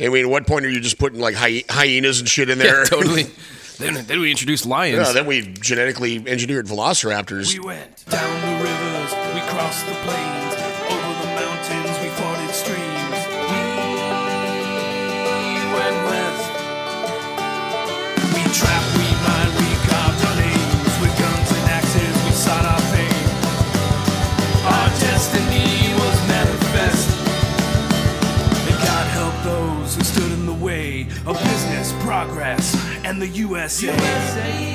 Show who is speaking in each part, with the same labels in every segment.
Speaker 1: I mean, at what point are you just putting like hy- hyenas and shit in there?
Speaker 2: totally. Then, then we introduced lions.
Speaker 1: No, then we genetically engineered velociraptors.
Speaker 3: We went down the rivers, we crossed the plains, over the mountains, we forded streams. We went west. We trapped, we mined, we carved our names with guns and axes. We sought our fame. Our destiny was manifest. And God help those who stood in the way of business, progress, and the USA.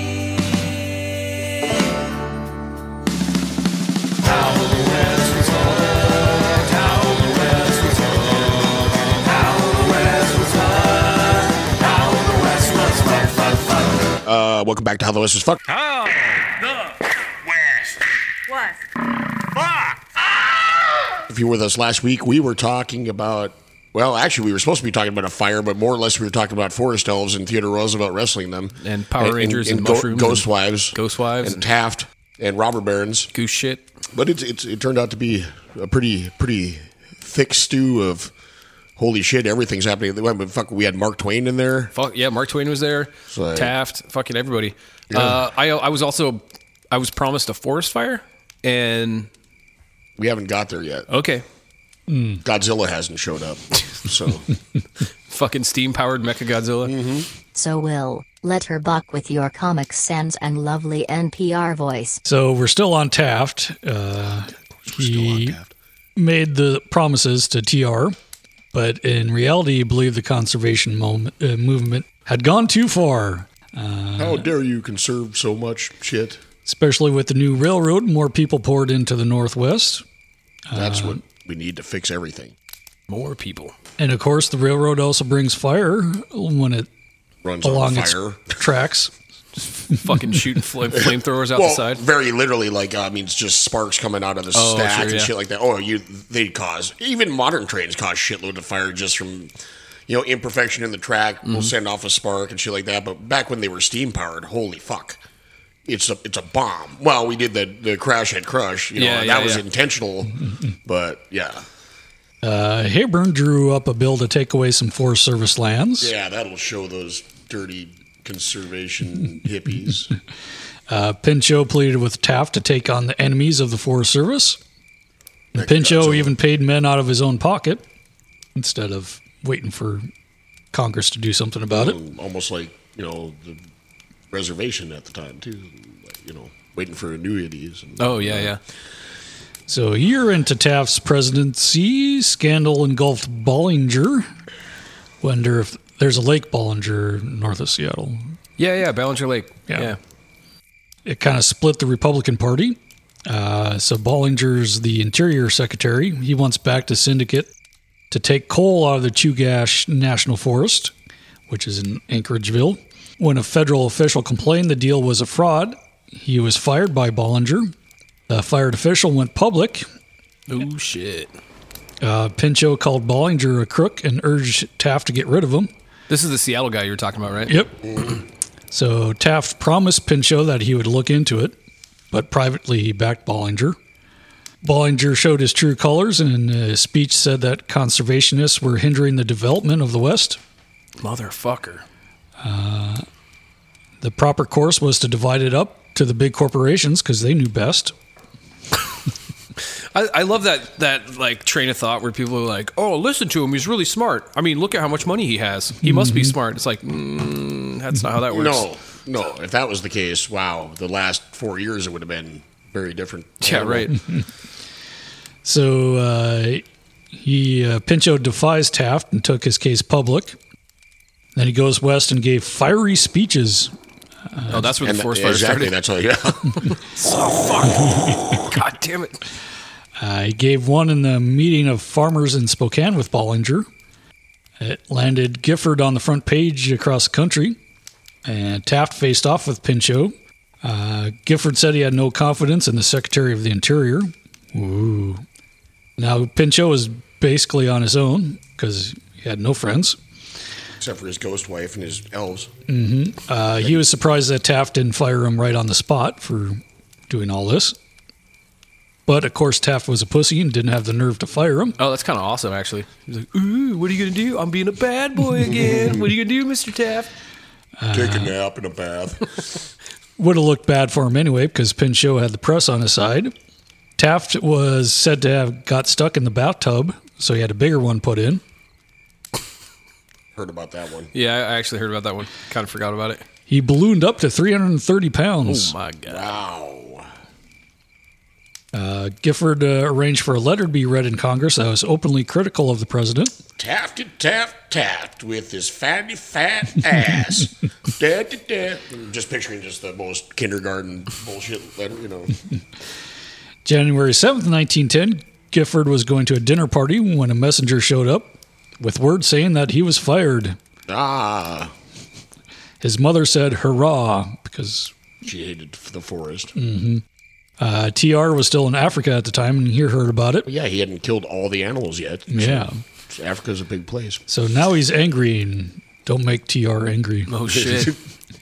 Speaker 1: Uh, welcome back to How the West Was Fuck.
Speaker 4: What?
Speaker 1: If you were with us last week, we were talking about. Well, actually, we were supposed to be talking about a fire, but more or less, we were talking about forest elves and Theodore Roosevelt wrestling them,
Speaker 2: And Power Rangers and
Speaker 1: Go-
Speaker 2: mushrooms
Speaker 1: ghost
Speaker 2: and-
Speaker 1: wives,
Speaker 2: Ghost wives
Speaker 1: and,
Speaker 2: and-
Speaker 1: Taft and robber barons.
Speaker 2: Goose shit.
Speaker 1: But it's, it's it turned out to be a pretty pretty thick stew of holy shit, everything's happening. But fuck, we had Mark Twain in there.
Speaker 2: Fuck yeah, Mark Twain was there.
Speaker 1: like-
Speaker 2: Taft, fucking everybody. Uh, I I was also I was promised a forest fire, and
Speaker 1: We haven't got there yet.
Speaker 2: okay,
Speaker 1: Godzilla hasn't showed up, so.
Speaker 2: fucking steam powered Mecha Godzilla.
Speaker 1: Mm-hmm.
Speaker 5: So Will, let her buck with your Comic Sans and lovely NPR voice.
Speaker 6: So we're still on Taft. Uh, he made the promises to TR, but in reality, he believed the conservation moment, uh, movement had gone too far.
Speaker 2: uh,
Speaker 1: How dare you conserve so much shit?
Speaker 6: Especially with the new railroad, more people poured into the Northwest.
Speaker 2: Uh,
Speaker 1: That's what we need to fix everything.
Speaker 2: More people.
Speaker 6: And of course, the railroad also brings fire when it
Speaker 1: Runs on
Speaker 6: along its
Speaker 1: fire.
Speaker 6: tracks.
Speaker 2: fucking shooting flame flamethrowers out
Speaker 1: Well,
Speaker 2: the side.
Speaker 1: very literally, like uh, I mean, it's just sparks coming out of the
Speaker 2: Oh,
Speaker 1: stack
Speaker 2: sure,
Speaker 1: and
Speaker 2: yeah.
Speaker 1: shit like that. Oh, you they cause even modern trains cause shitload of fire just from you know imperfection in the track.
Speaker 2: Mm-hmm.
Speaker 1: We'll send off a spark and shit like that. But back when they were steam powered, holy fuck, it's a it's a bomb. Well, we did the the crash and crush. You know,
Speaker 2: Yeah,
Speaker 1: and
Speaker 2: yeah,
Speaker 1: that was
Speaker 2: yeah.
Speaker 1: intentional, but yeah,
Speaker 6: Uh, Hayburn drew up a bill to take away some Forest Service lands.
Speaker 1: yeah, that'll show those dirty conservation hippies.
Speaker 6: Uh, Pinchot pleaded with Taft to take on the enemies of the Forest Service. And Pinchot
Speaker 1: Godzilla.
Speaker 6: even paid men out of his own pocket instead of waiting for Congress to do something about it.
Speaker 1: Um, almost like you know the reservation at the time too. Like, you know, waiting for annuities. And,
Speaker 2: Oh yeah, yeah.
Speaker 6: So, a year into Taft's presidency, scandal engulfed Bollinger. Wonder if there's a Lake Bollinger north of Seattle.
Speaker 2: Yeah, yeah, Ballinger Lake.
Speaker 6: Yeah.
Speaker 2: Yeah.
Speaker 6: It kind of split the Republican Party. Uh, so, Bollinger's the Interior Secretary. He wants back to syndicate to take coal out of the Chugach National Forest, which is in Anchorageville. When a federal official complained the deal was a fraud, he was fired by Bollinger. The fired official went public.
Speaker 2: Oh shit.
Speaker 6: Uh, Pinchot called Bollinger a crook and urged Taft to get rid of him.
Speaker 2: This is the Seattle guy you were talking about, right?
Speaker 6: Yep. So Taft promised Pinchot that he would look into it, but privately he backed Bollinger. Bollinger showed his true colors and in a speech said that conservationists were hindering the development of the West.
Speaker 2: Motherfucker.
Speaker 6: The proper course was to divide it up to the big corporations because they knew best.
Speaker 2: I, I love that that like train of thought where people are like, "Oh, listen to him. He's really smart. I mean, look at how much money he has. He must be smart." It's like, mm, that's not how that works.
Speaker 1: no, no. If that was the case, wow, the last four years it would have been very different.
Speaker 2: Yeah, right.
Speaker 6: So uh, he uh, Pinchot defies Taft and took his case public. Then he goes west and gave fiery speeches.
Speaker 2: Oh, that's where
Speaker 1: And
Speaker 2: the forest fire
Speaker 1: exactly.
Speaker 2: started. Oh,
Speaker 1: That's all. Yeah.
Speaker 2: God damn it.
Speaker 6: Uh, he gave one in the meeting of farmers in Spokane with Bollinger. It landed Gifford on the front page across the country, and Taft faced off with Pinchot. Uh, Gifford said he had no confidence in the Secretary of the Interior. Ooh. Now, Pinchot was basically on his own because he had no friends.
Speaker 1: Except for his ghost wife and his elves.
Speaker 6: Uh, he was surprised that Taft didn't fire him right on the spot for doing all this. But of course, Taft was a pussy and didn't have the nerve to fire him.
Speaker 2: Oh, that's kind of awesome, actually. He's like, ooh, what are you going to do? I'm being a bad boy again. what are you going to do, Mr. Taft? Uh-huh.
Speaker 1: Take a nap in a bath.
Speaker 6: Would have looked bad for him anyway because Pinchot had the press on his side. Taft was said to have got stuck in the bathtub, so he had a bigger one put in.
Speaker 1: Heard about that one.
Speaker 2: Yeah, I actually heard about that one. Kind of forgot about it. Oh,
Speaker 6: He ballooned up to 330 pounds.
Speaker 2: My God.
Speaker 1: Wow.
Speaker 6: Uh, Gifford uh, arranged for a letter to be read in Congress that was openly critical of the president.
Speaker 1: Taft and taft taft with his fatty fat ass. da, da, da. I'm just picturing just the most kindergarten bullshit letter, you know.
Speaker 6: January 7th, 1910, Gifford was going to a dinner party when a messenger showed up with word saying that he was fired.
Speaker 1: Ah,
Speaker 6: His mother said, hurrah, because
Speaker 1: she hated the forest.
Speaker 6: uh, TR was still in Africa at the time and he heard about it.
Speaker 1: Yeah, he hadn't killed all the animals yet.
Speaker 6: Yeah.
Speaker 1: Africa's a big place.
Speaker 6: So now he's angry and don't make TR angry.
Speaker 2: Oh, shit.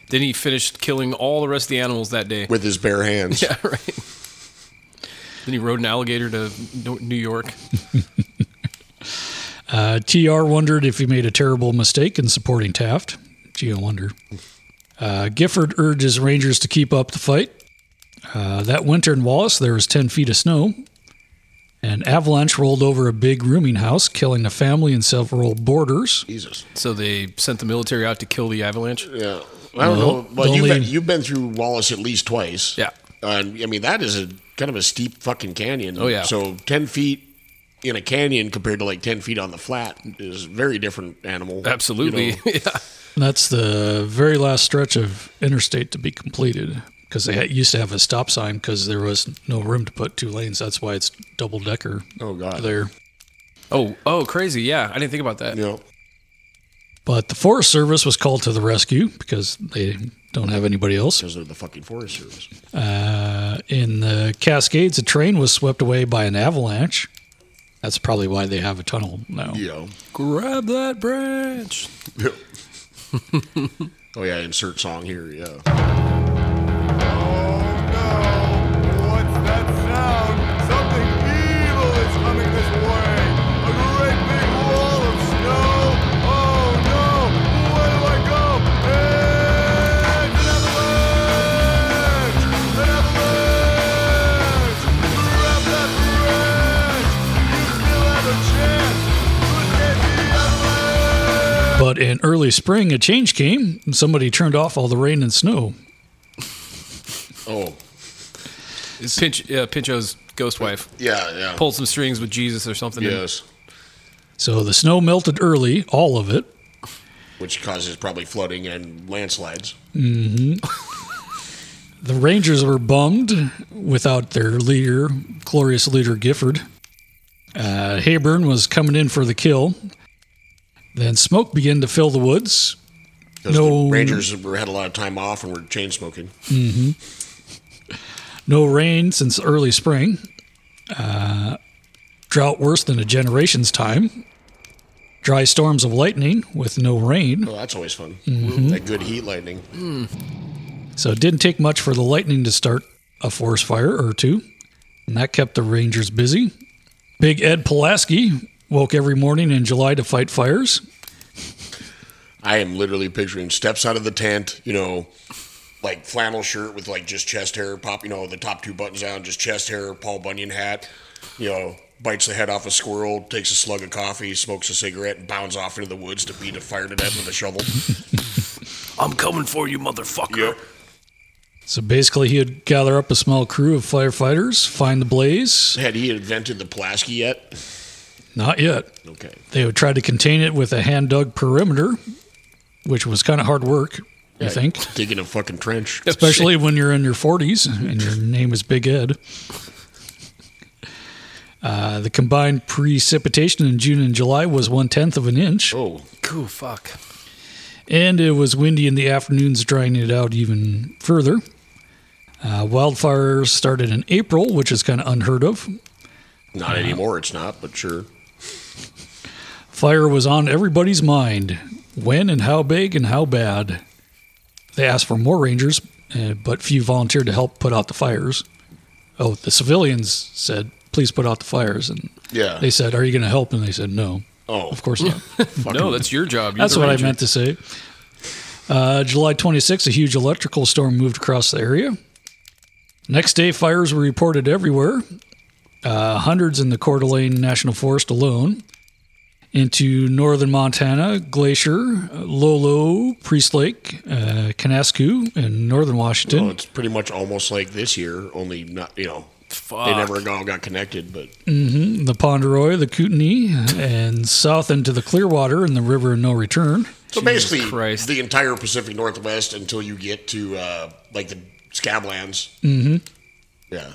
Speaker 2: then he finished killing all the rest of the animals that day.
Speaker 1: With his bare hands.
Speaker 2: Yeah, right. then he rode an alligator to New New York.
Speaker 6: Uh, TR wondered if he made a terrible mistake in supporting Taft. Gee, I wonder. Uh, Gifford urges Rangers to keep up the fight. Uh, that winter in Wallace, there was 10 feet of snow. An avalanche rolled over a big rooming house, killing a family and several boarders.
Speaker 1: Jesus.
Speaker 2: So they sent the military out to kill the avalanche.
Speaker 1: Yeah. I don't
Speaker 6: No,
Speaker 1: know. Well,
Speaker 6: don't
Speaker 1: you've been,
Speaker 6: leave.
Speaker 1: you've been through Wallace at least twice.
Speaker 2: Yeah.
Speaker 1: And I mean, that is a kind of a steep fucking canyon.
Speaker 2: Oh, yeah.
Speaker 1: So 10 feet in a canyon compared to like 10 feet on the flat is a very different animal. you
Speaker 2: Absolutely.
Speaker 1: know.
Speaker 2: yeah.
Speaker 6: And that's the very last stretch of interstate to be completed because they had, used to have a stop sign because there was no room to put two lanes. That's why it's double decker
Speaker 1: Oh, God.
Speaker 6: there.
Speaker 2: Oh, oh, crazy. Yeah, I didn't think about that.
Speaker 1: You know,
Speaker 6: But the Forest Service was called to the rescue because they don't have anybody else.
Speaker 1: because of the fucking Forest Service.
Speaker 6: Uh, in the Cascades, a train was swept away by an avalanche. That's probably why they have a tunnel now.
Speaker 1: Yeah.
Speaker 2: Grab that branch.
Speaker 1: oh, yeah. Insert song here. Yeah.
Speaker 6: But in early spring, a change came and somebody turned off all the rain and snow.
Speaker 1: Oh,
Speaker 2: It's Pinch, uh, Pincho's ghost wife
Speaker 1: yeah. Yeah.
Speaker 2: pulled some strings with Jesus or something. and-
Speaker 1: yes.
Speaker 6: So the snow melted early, all of it.
Speaker 1: Which causes probably flooding and landslides.
Speaker 6: The Rangers were bummed without their leader, glorious leader Gifford. Uh, Hayburn was coming in for the kill. Then smoke began to fill the woods.
Speaker 1: 'Cause
Speaker 6: No.
Speaker 1: The Rangers were, had a lot of time off and were chain smoking.
Speaker 6: No rain since early spring. Uh, drought worse than a generation's time. Dry storms of lightning with no rain.
Speaker 1: Oh, that's always fun.
Speaker 2: Mm-hmm.
Speaker 1: That good heat lightning.
Speaker 6: So it didn't take much for the lightning to start a forest fire or two. And that kept the Rangers busy. Big Ed Pulaski woke every morning in July to fight fires.
Speaker 1: I am literally picturing steps out of the tent, you know, like flannel shirt with like just chest hair, pop, you know, the top two buttons down, just chest hair, Paul Bunyan hat, you know, bites the head off a squirrel, takes a slug of coffee, smokes a cigarette, and bounds off into the woods to beat a fire to death with a shovel.
Speaker 2: I'm coming for you, motherfucker.
Speaker 1: yep.
Speaker 6: So basically, he would gather up a small crew of firefighters, find the blaze.
Speaker 1: Had he invented the Pulaski yet?
Speaker 6: Not yet.
Speaker 1: Okay.
Speaker 6: They would try to contain it with a hand dug perimeter, which was kind of hard work, I think.
Speaker 1: Digging a fucking trench.
Speaker 6: Especially when you're in your 40s and your name is Big Ed. Uh, the combined precipitation in June and July was one tenth of an inch,
Speaker 1: Oh,
Speaker 2: Cool, fuck.
Speaker 6: and it was windy in the afternoons, drying it out even further. Uh, wildfires started in April, which is kind of unheard of.
Speaker 1: not anymore. It's not, but sure.
Speaker 6: Fire was on everybody's mind. When and how big and how bad. eh, They asked for more rangers, uh, but few volunteered to help put out the fires. oh, the civilians said, please put out the fires. And
Speaker 1: Yeah.
Speaker 6: they said, are you going to help? And they said, no.
Speaker 1: Oh.
Speaker 6: Of course not.
Speaker 2: No, that's your job. You're
Speaker 6: That's
Speaker 2: the
Speaker 6: what I
Speaker 2: ranger.
Speaker 6: meant to say. Uh, July 26th, a huge electrical storm moved across the area. Next day, fires were reported everywhere. Uh, hundreds in the Coeur d'Alene National Forest alone. Into northern Montana, Glacier, Lolo, Priest Lake, uh, Canascu, and northern Washington.
Speaker 1: Well, it's pretty much almost like this year, only not you know
Speaker 2: Fuck.
Speaker 1: they never all got connected, but
Speaker 6: the Ponderoy, the Kootenai, and south into the Clearwater and the River of No Return.
Speaker 1: so basically
Speaker 2: Christ.
Speaker 1: the entire Pacific Northwest until you get to uh, like the Scablands. Mm-hmm. Yeah,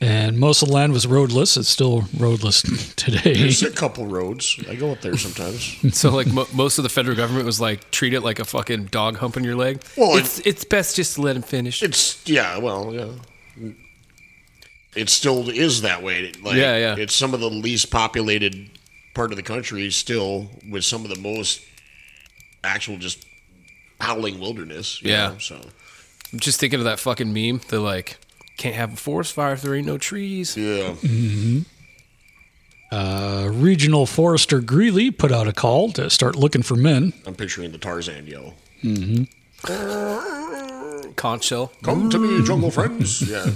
Speaker 6: And most of the land was roadless. It's still roadless today.
Speaker 1: there's a couple roads. I go up there sometimes.
Speaker 2: So like mo- most of the federal government was like treat it like a fucking dog humping your leg.
Speaker 1: Well,
Speaker 2: it's it's best just to let him finish.
Speaker 1: it's yeah, well, yeah. It still is that way. Like,
Speaker 2: Yeah, yeah.
Speaker 1: It's some of the least populated part of the country still, with some of the most actual just howling wilderness. you
Speaker 2: Yeah.
Speaker 1: know, so
Speaker 2: I'm just thinking of that fucking meme. They're like, can't have a forest fire if there ain't no trees.
Speaker 1: yeah.
Speaker 6: Uh, regional forester Greeley put out a call to start looking for men.
Speaker 1: I'm picturing the Tarzan yell.
Speaker 2: Conch shell.
Speaker 1: Come to me, jungle friends. Yeah.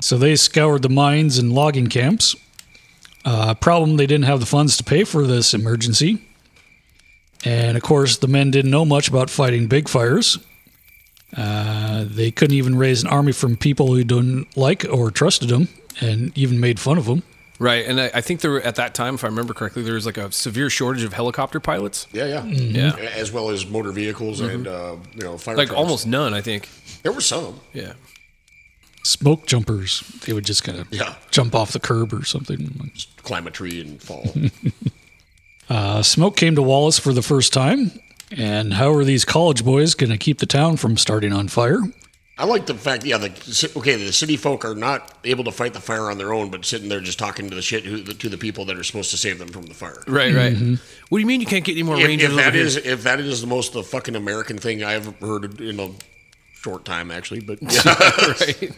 Speaker 6: So they scoured the mines and logging camps. Uh, problem they didn't have the funds to pay for this emergency. And of course, the men didn't know much about fighting big fires. Uh, they couldn't even raise an army from people who didn't like or trusted them and even made fun of them.
Speaker 2: Right. And I, I think there were, at that time, if I remember correctly, there was like a severe shortage of helicopter pilots.
Speaker 1: Yeah, yeah.
Speaker 2: Yeah.
Speaker 1: As well as motor vehicles and, uh, you know, fire
Speaker 2: Like
Speaker 1: trucks.
Speaker 2: almost none, I think.
Speaker 1: There were some.
Speaker 2: Yeah.
Speaker 6: Smoke jumpers. They would just kind of
Speaker 1: Yeah.
Speaker 6: jump off the curb or something.
Speaker 1: Just climb a tree and fall.
Speaker 6: Uh, smoke came to Wallace for the first time. And how are these college boys going to keep the town from starting on fire?
Speaker 1: I like the fact, yeah, the, ci- okay, the city folk are not able to fight the fire on their own, but sitting there just talking to the shit, who, to the people that are supposed to save them from the fire.
Speaker 2: Right, right. What do you mean you can't get any more
Speaker 1: If,
Speaker 2: rangers
Speaker 1: if that
Speaker 2: over
Speaker 1: is,
Speaker 2: here?
Speaker 1: if that is the most the fucking American thing I ever heard in a short time, actually, but yeah.
Speaker 2: right.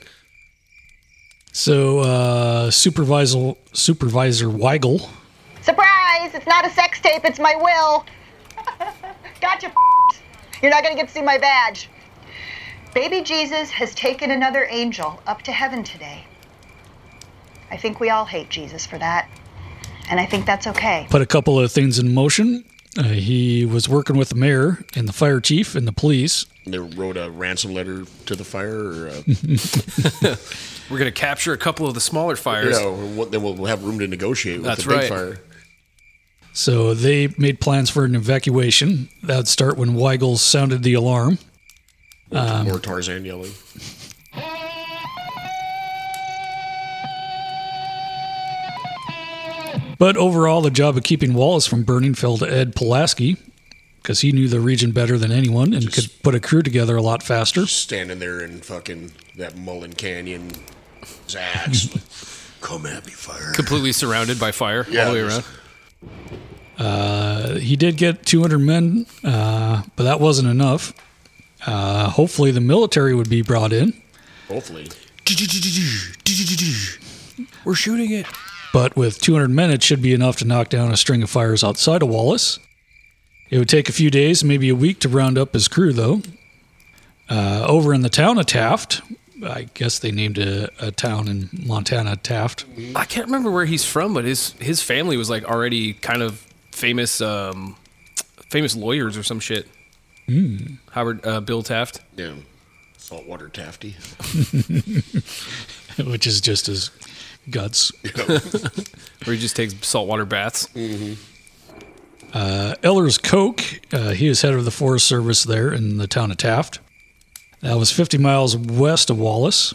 Speaker 6: So uh, supervisor supervisor Weigel,
Speaker 4: Surprise! It's not a sex tape, it's my will. gotcha, You're not gonna get to see my badge. Baby Jesus has taken another angel up to heaven today. I think we all hate Jesus for that. And I think that's okay.
Speaker 6: put a couple of things in motion. Uh, he was working with the mayor and the fire chief and the police.
Speaker 1: they wrote a ransom letter to the fire, or uh
Speaker 2: We're going to capture a couple of the smaller
Speaker 1: you
Speaker 2: fires.
Speaker 1: know, what, then we'll have room to negotiate with
Speaker 2: That's
Speaker 1: the big
Speaker 2: right.
Speaker 1: fire.
Speaker 6: So they made plans for an evacuation. That'd start when Weigel sounded the alarm.
Speaker 2: Um,
Speaker 1: or Tarzan yelling.
Speaker 6: But overall, the job of keeping Wallace from burning fell to Ed Pulaski because he knew the region better than anyone and could put a crew together a lot faster.
Speaker 1: standing there in fucking that Mullen Canyon axe. Come at me, fire.
Speaker 2: Completely surrounded by fire all
Speaker 1: Yeah,
Speaker 2: the way
Speaker 1: there's-
Speaker 2: around.
Speaker 6: He did get 200 men, uh, but that wasn't enough. Uh, hopefully, the military would be brought in.
Speaker 1: Hopefully.
Speaker 2: We're shooting it.
Speaker 6: but with 200 men, it should be enough to knock down a string of fires outside of Wallace. It would take a few days, maybe a week, to round up his crew, though. Uh, over in the town of Taft, I guess they named a, a town in Montana Taft.
Speaker 2: I can't remember where he's from, but his his family was like already kind of famous um, famous lawyers or some shit. Howard uh, Bill Taft.
Speaker 1: Yeah. Saltwater Tafty.
Speaker 6: which is just his guts.
Speaker 2: where he just takes saltwater baths.
Speaker 6: Ellers Koch, uh, he was head of the Forest Service there in the town of Taft. That was 50 miles west of Wallace.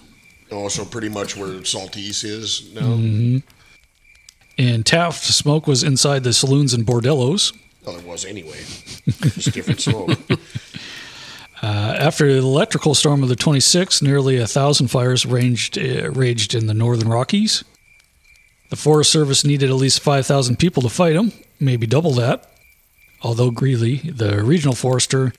Speaker 1: Also, pretty much where Saltese is now.
Speaker 2: Mm-hmm.
Speaker 6: And Taft smoke was inside the saloons and bordellos.
Speaker 1: Well, it was anyway. Just different smoke.
Speaker 6: Uh, After the electrical storm of the 26th, nearly a thousand fires ranged, uh, raged in the northern Rockies. The Forest Service needed at least 5,000 people to fight them, maybe double that. Although Greeley, the regional forester,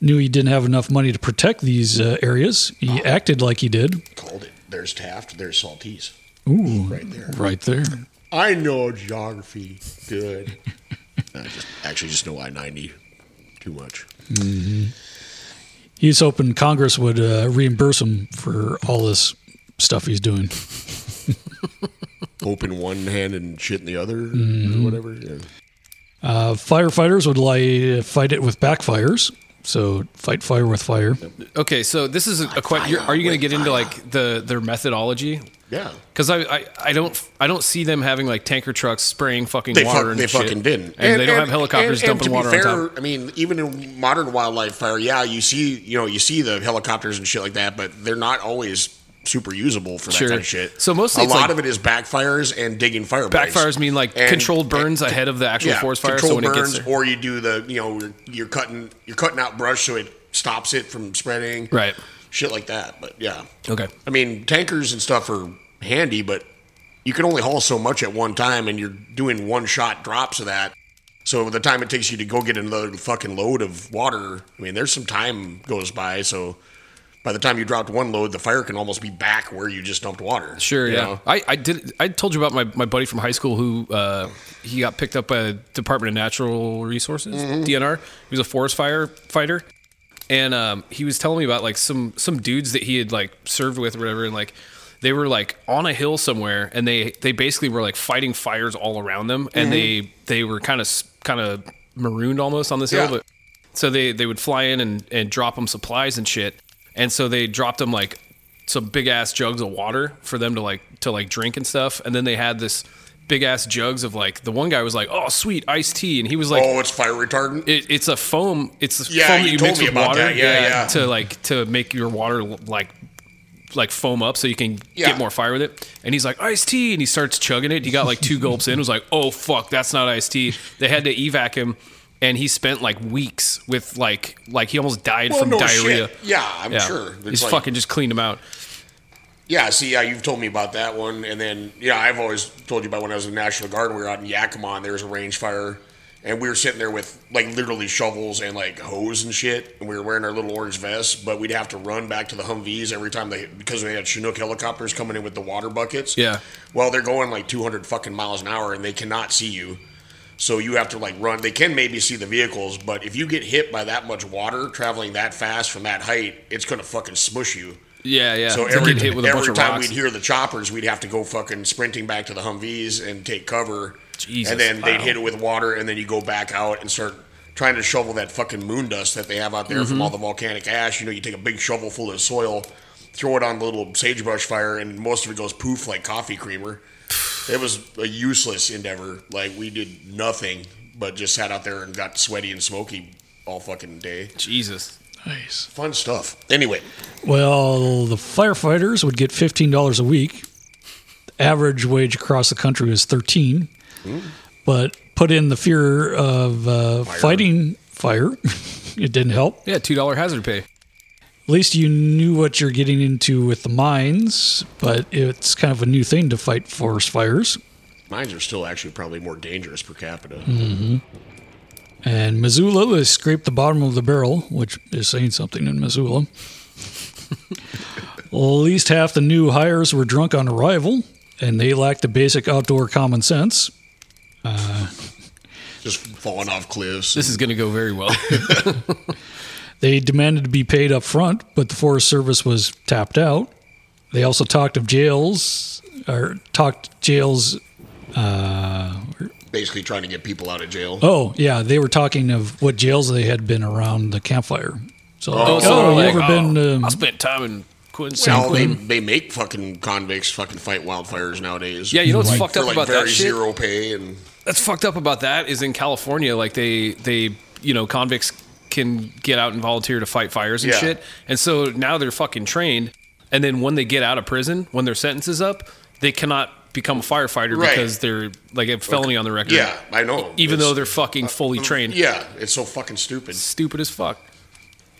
Speaker 6: knew he didn't have enough money to protect these uh, areas. He acted like he did.
Speaker 1: Called it. There's Taft. There's Saltese.
Speaker 6: Ooh,
Speaker 1: Right there.
Speaker 6: right there.
Speaker 1: I know geography good. I just actually just know I ninety too much.
Speaker 6: He's hoping Congress would uh, reimburse him for all this stuff he's doing.
Speaker 1: Hope in one hand and shit in the other,
Speaker 2: Mm-hmm.
Speaker 1: or whatever. Yeah.
Speaker 6: Uh, firefighters would lie, fight it with backfires. So fight fire with fire.
Speaker 2: Okay, so this is a, a question. Are you going to get into like the their methodology?
Speaker 1: yeah.
Speaker 2: Because I, I, I don't I don't see them having like tanker trucks spraying fucking
Speaker 1: They,
Speaker 2: water
Speaker 1: fuck,
Speaker 2: and
Speaker 1: they
Speaker 2: shit.
Speaker 1: fucking didn't,
Speaker 2: and, they don't have helicopters
Speaker 1: and- and
Speaker 2: dumping
Speaker 1: to be
Speaker 2: water
Speaker 1: fair,
Speaker 2: on top.
Speaker 1: I mean, even in modern wildlife fire, yeah, you see, you know, you see the helicopters and shit like that, but they're not always super usable for that
Speaker 2: Sure.
Speaker 1: kind of shit.
Speaker 2: So mostly
Speaker 1: a
Speaker 2: it's
Speaker 1: lot
Speaker 2: like-
Speaker 1: of it is backfires and digging fire.
Speaker 2: Backfires mean like
Speaker 1: And-
Speaker 2: controlled burns
Speaker 1: and-
Speaker 2: ahead of the actual
Speaker 1: yeah,
Speaker 2: forest fire. So
Speaker 1: Controlled
Speaker 2: when it
Speaker 1: burns,
Speaker 2: gets there,
Speaker 1: or you do the you know you're, you're cutting you're cutting out brush so it stops it from spreading.
Speaker 2: right?
Speaker 1: Shit like that, but yeah.
Speaker 2: Okay.
Speaker 1: I mean, tankers and stuff are handy, but you can only haul so much at one time, and you're doing one shot drops of that. So the time it takes you to go get another fucking load of water, I mean, there's some time goes by. So by the time you dropped one load, the fire can almost be back where you just dumped water.
Speaker 2: Sure,
Speaker 1: you
Speaker 2: yeah.
Speaker 1: know?
Speaker 2: I, I did. I told you about my, my buddy from high school who uh, he got picked up by the Department of Natural Resources
Speaker 1: Mm-hmm.
Speaker 2: DNR. He was a forest firefighter, and um, he was telling me about like some some dudes that he had like served with or whatever, and like they were like on a hill somewhere, and they they basically were like fighting fires all around them,
Speaker 1: Mm-hmm.
Speaker 2: and they they were kind of kind of marooned almost on this
Speaker 1: Yeah.
Speaker 2: hill, but so they they would fly in and, and drop them supplies and shit and so they dropped them like some big ass jugs of water for them to like to like drink and stuff and then they had this big ass jugs of like the one guy was like oh sweet iced tea and he was like
Speaker 1: oh, it's fire retardant.
Speaker 2: it, it's a foam it's a
Speaker 1: Yeah,
Speaker 2: foam that
Speaker 1: you
Speaker 2: you,
Speaker 1: told
Speaker 2: mix
Speaker 1: me
Speaker 2: with
Speaker 1: about
Speaker 2: water
Speaker 1: that. Yeah, yeah.
Speaker 2: to like to make your water like like foam up so you can
Speaker 1: Yeah.
Speaker 2: get more fire with it and he's like iced tea and he starts chugging it he got like two gulps in was like oh fuck that's not iced tea they had to evac him and he spent like weeks with like like he almost died
Speaker 1: Well,
Speaker 2: from
Speaker 1: Oh, no
Speaker 2: diarrhea
Speaker 1: shit. Yeah, I'm
Speaker 2: yeah.
Speaker 1: sure. It's
Speaker 2: he's
Speaker 1: like-
Speaker 2: fucking just cleaned him out
Speaker 1: Yeah, see, yeah, you've told me about that one, and then yeah, I've always told you about when I was in the National Guard. We were out in Yakima, and there was a range fire, and we were sitting there with like literally shovels and like hose and shit, and we were wearing our little orange vests, but we'd have to run back to the Humvees every time they because they had Chinook helicopters coming in with the water buckets.
Speaker 2: Yeah.
Speaker 1: Well, they're going like 200 fucking miles an hour, and they cannot see you. So you have to like run. They can maybe see the vehicles, but if you get hit by that much water traveling that fast from that height, it's gonna fucking smush you.
Speaker 2: yeah yeah
Speaker 1: So
Speaker 2: It's like
Speaker 1: every,
Speaker 2: getting hit with a
Speaker 1: every
Speaker 2: bunch of
Speaker 1: time
Speaker 2: rocks.
Speaker 1: we'd hear the choppers, we'd have to go fucking sprinting back to the Humvees and take cover.
Speaker 2: Jesus,
Speaker 1: and then they'd
Speaker 2: wow.
Speaker 1: hit it with water, and then you go back out and start trying to shovel that fucking moon dust that they have out there
Speaker 2: Mm-hmm.
Speaker 1: from all the volcanic ash. You know, you take a big shovel full of soil, throw it on a little sagebrush fire, and most of it goes poof like coffee creamer. It was a useless endeavor. Like we did nothing but just sat out there and got sweaty and smoky all fucking day.
Speaker 2: jesus
Speaker 6: Nice.
Speaker 1: Fun stuff. Anyway,
Speaker 6: Well, the firefighters would get fifteen dollars a week. The average wage across the country is thirteen, but put in the fear of uh, fighting fire. it didn't help.
Speaker 2: yeah two dollar hazard pay
Speaker 6: At least you knew what you're getting into with the mines, but it's kind of a new thing to fight forest fires.
Speaker 1: mines are still actually probably more dangerous per capita.
Speaker 6: And Missoula, they scraped the bottom of the barrel, which is saying something in Missoula. At least half the new hires were drunk on arrival, and they lacked the basic outdoor common sense.
Speaker 1: just falling off cliffs.
Speaker 2: this is gonna go very well
Speaker 6: They demanded to be paid up front, but the Forest Service was tapped out. They also talked of jails, or talked jails. uh,
Speaker 1: basically trying to get people out of jail.
Speaker 6: Oh, yeah, they were talking of what jails they had been around the campfire. So, like, oh,
Speaker 2: so they're
Speaker 6: you
Speaker 2: like,
Speaker 6: ever
Speaker 2: "Oh,
Speaker 6: been? Um,
Speaker 2: i spent time in quincy
Speaker 1: Now they, they make fucking convicts fucking fight wildfires nowadays.
Speaker 2: yeah you know what's fucked
Speaker 1: for
Speaker 2: up
Speaker 1: like
Speaker 2: about
Speaker 1: very
Speaker 2: that shit
Speaker 1: zero pay and
Speaker 2: that's fucked up about that is in California, like they they you know convicts can get out and volunteer to fight fires and
Speaker 1: Yeah.
Speaker 2: shit, and so now they're fucking trained, and then when they get out of prison, when their sentence is up, they cannot become a firefighter
Speaker 1: Right.
Speaker 2: because they're like a felony on the record.
Speaker 1: yeah, I know.
Speaker 2: even
Speaker 1: It's-
Speaker 2: though they're fucking fully trained.
Speaker 1: yeah, it's so fucking stupid.
Speaker 2: stupid as fuck.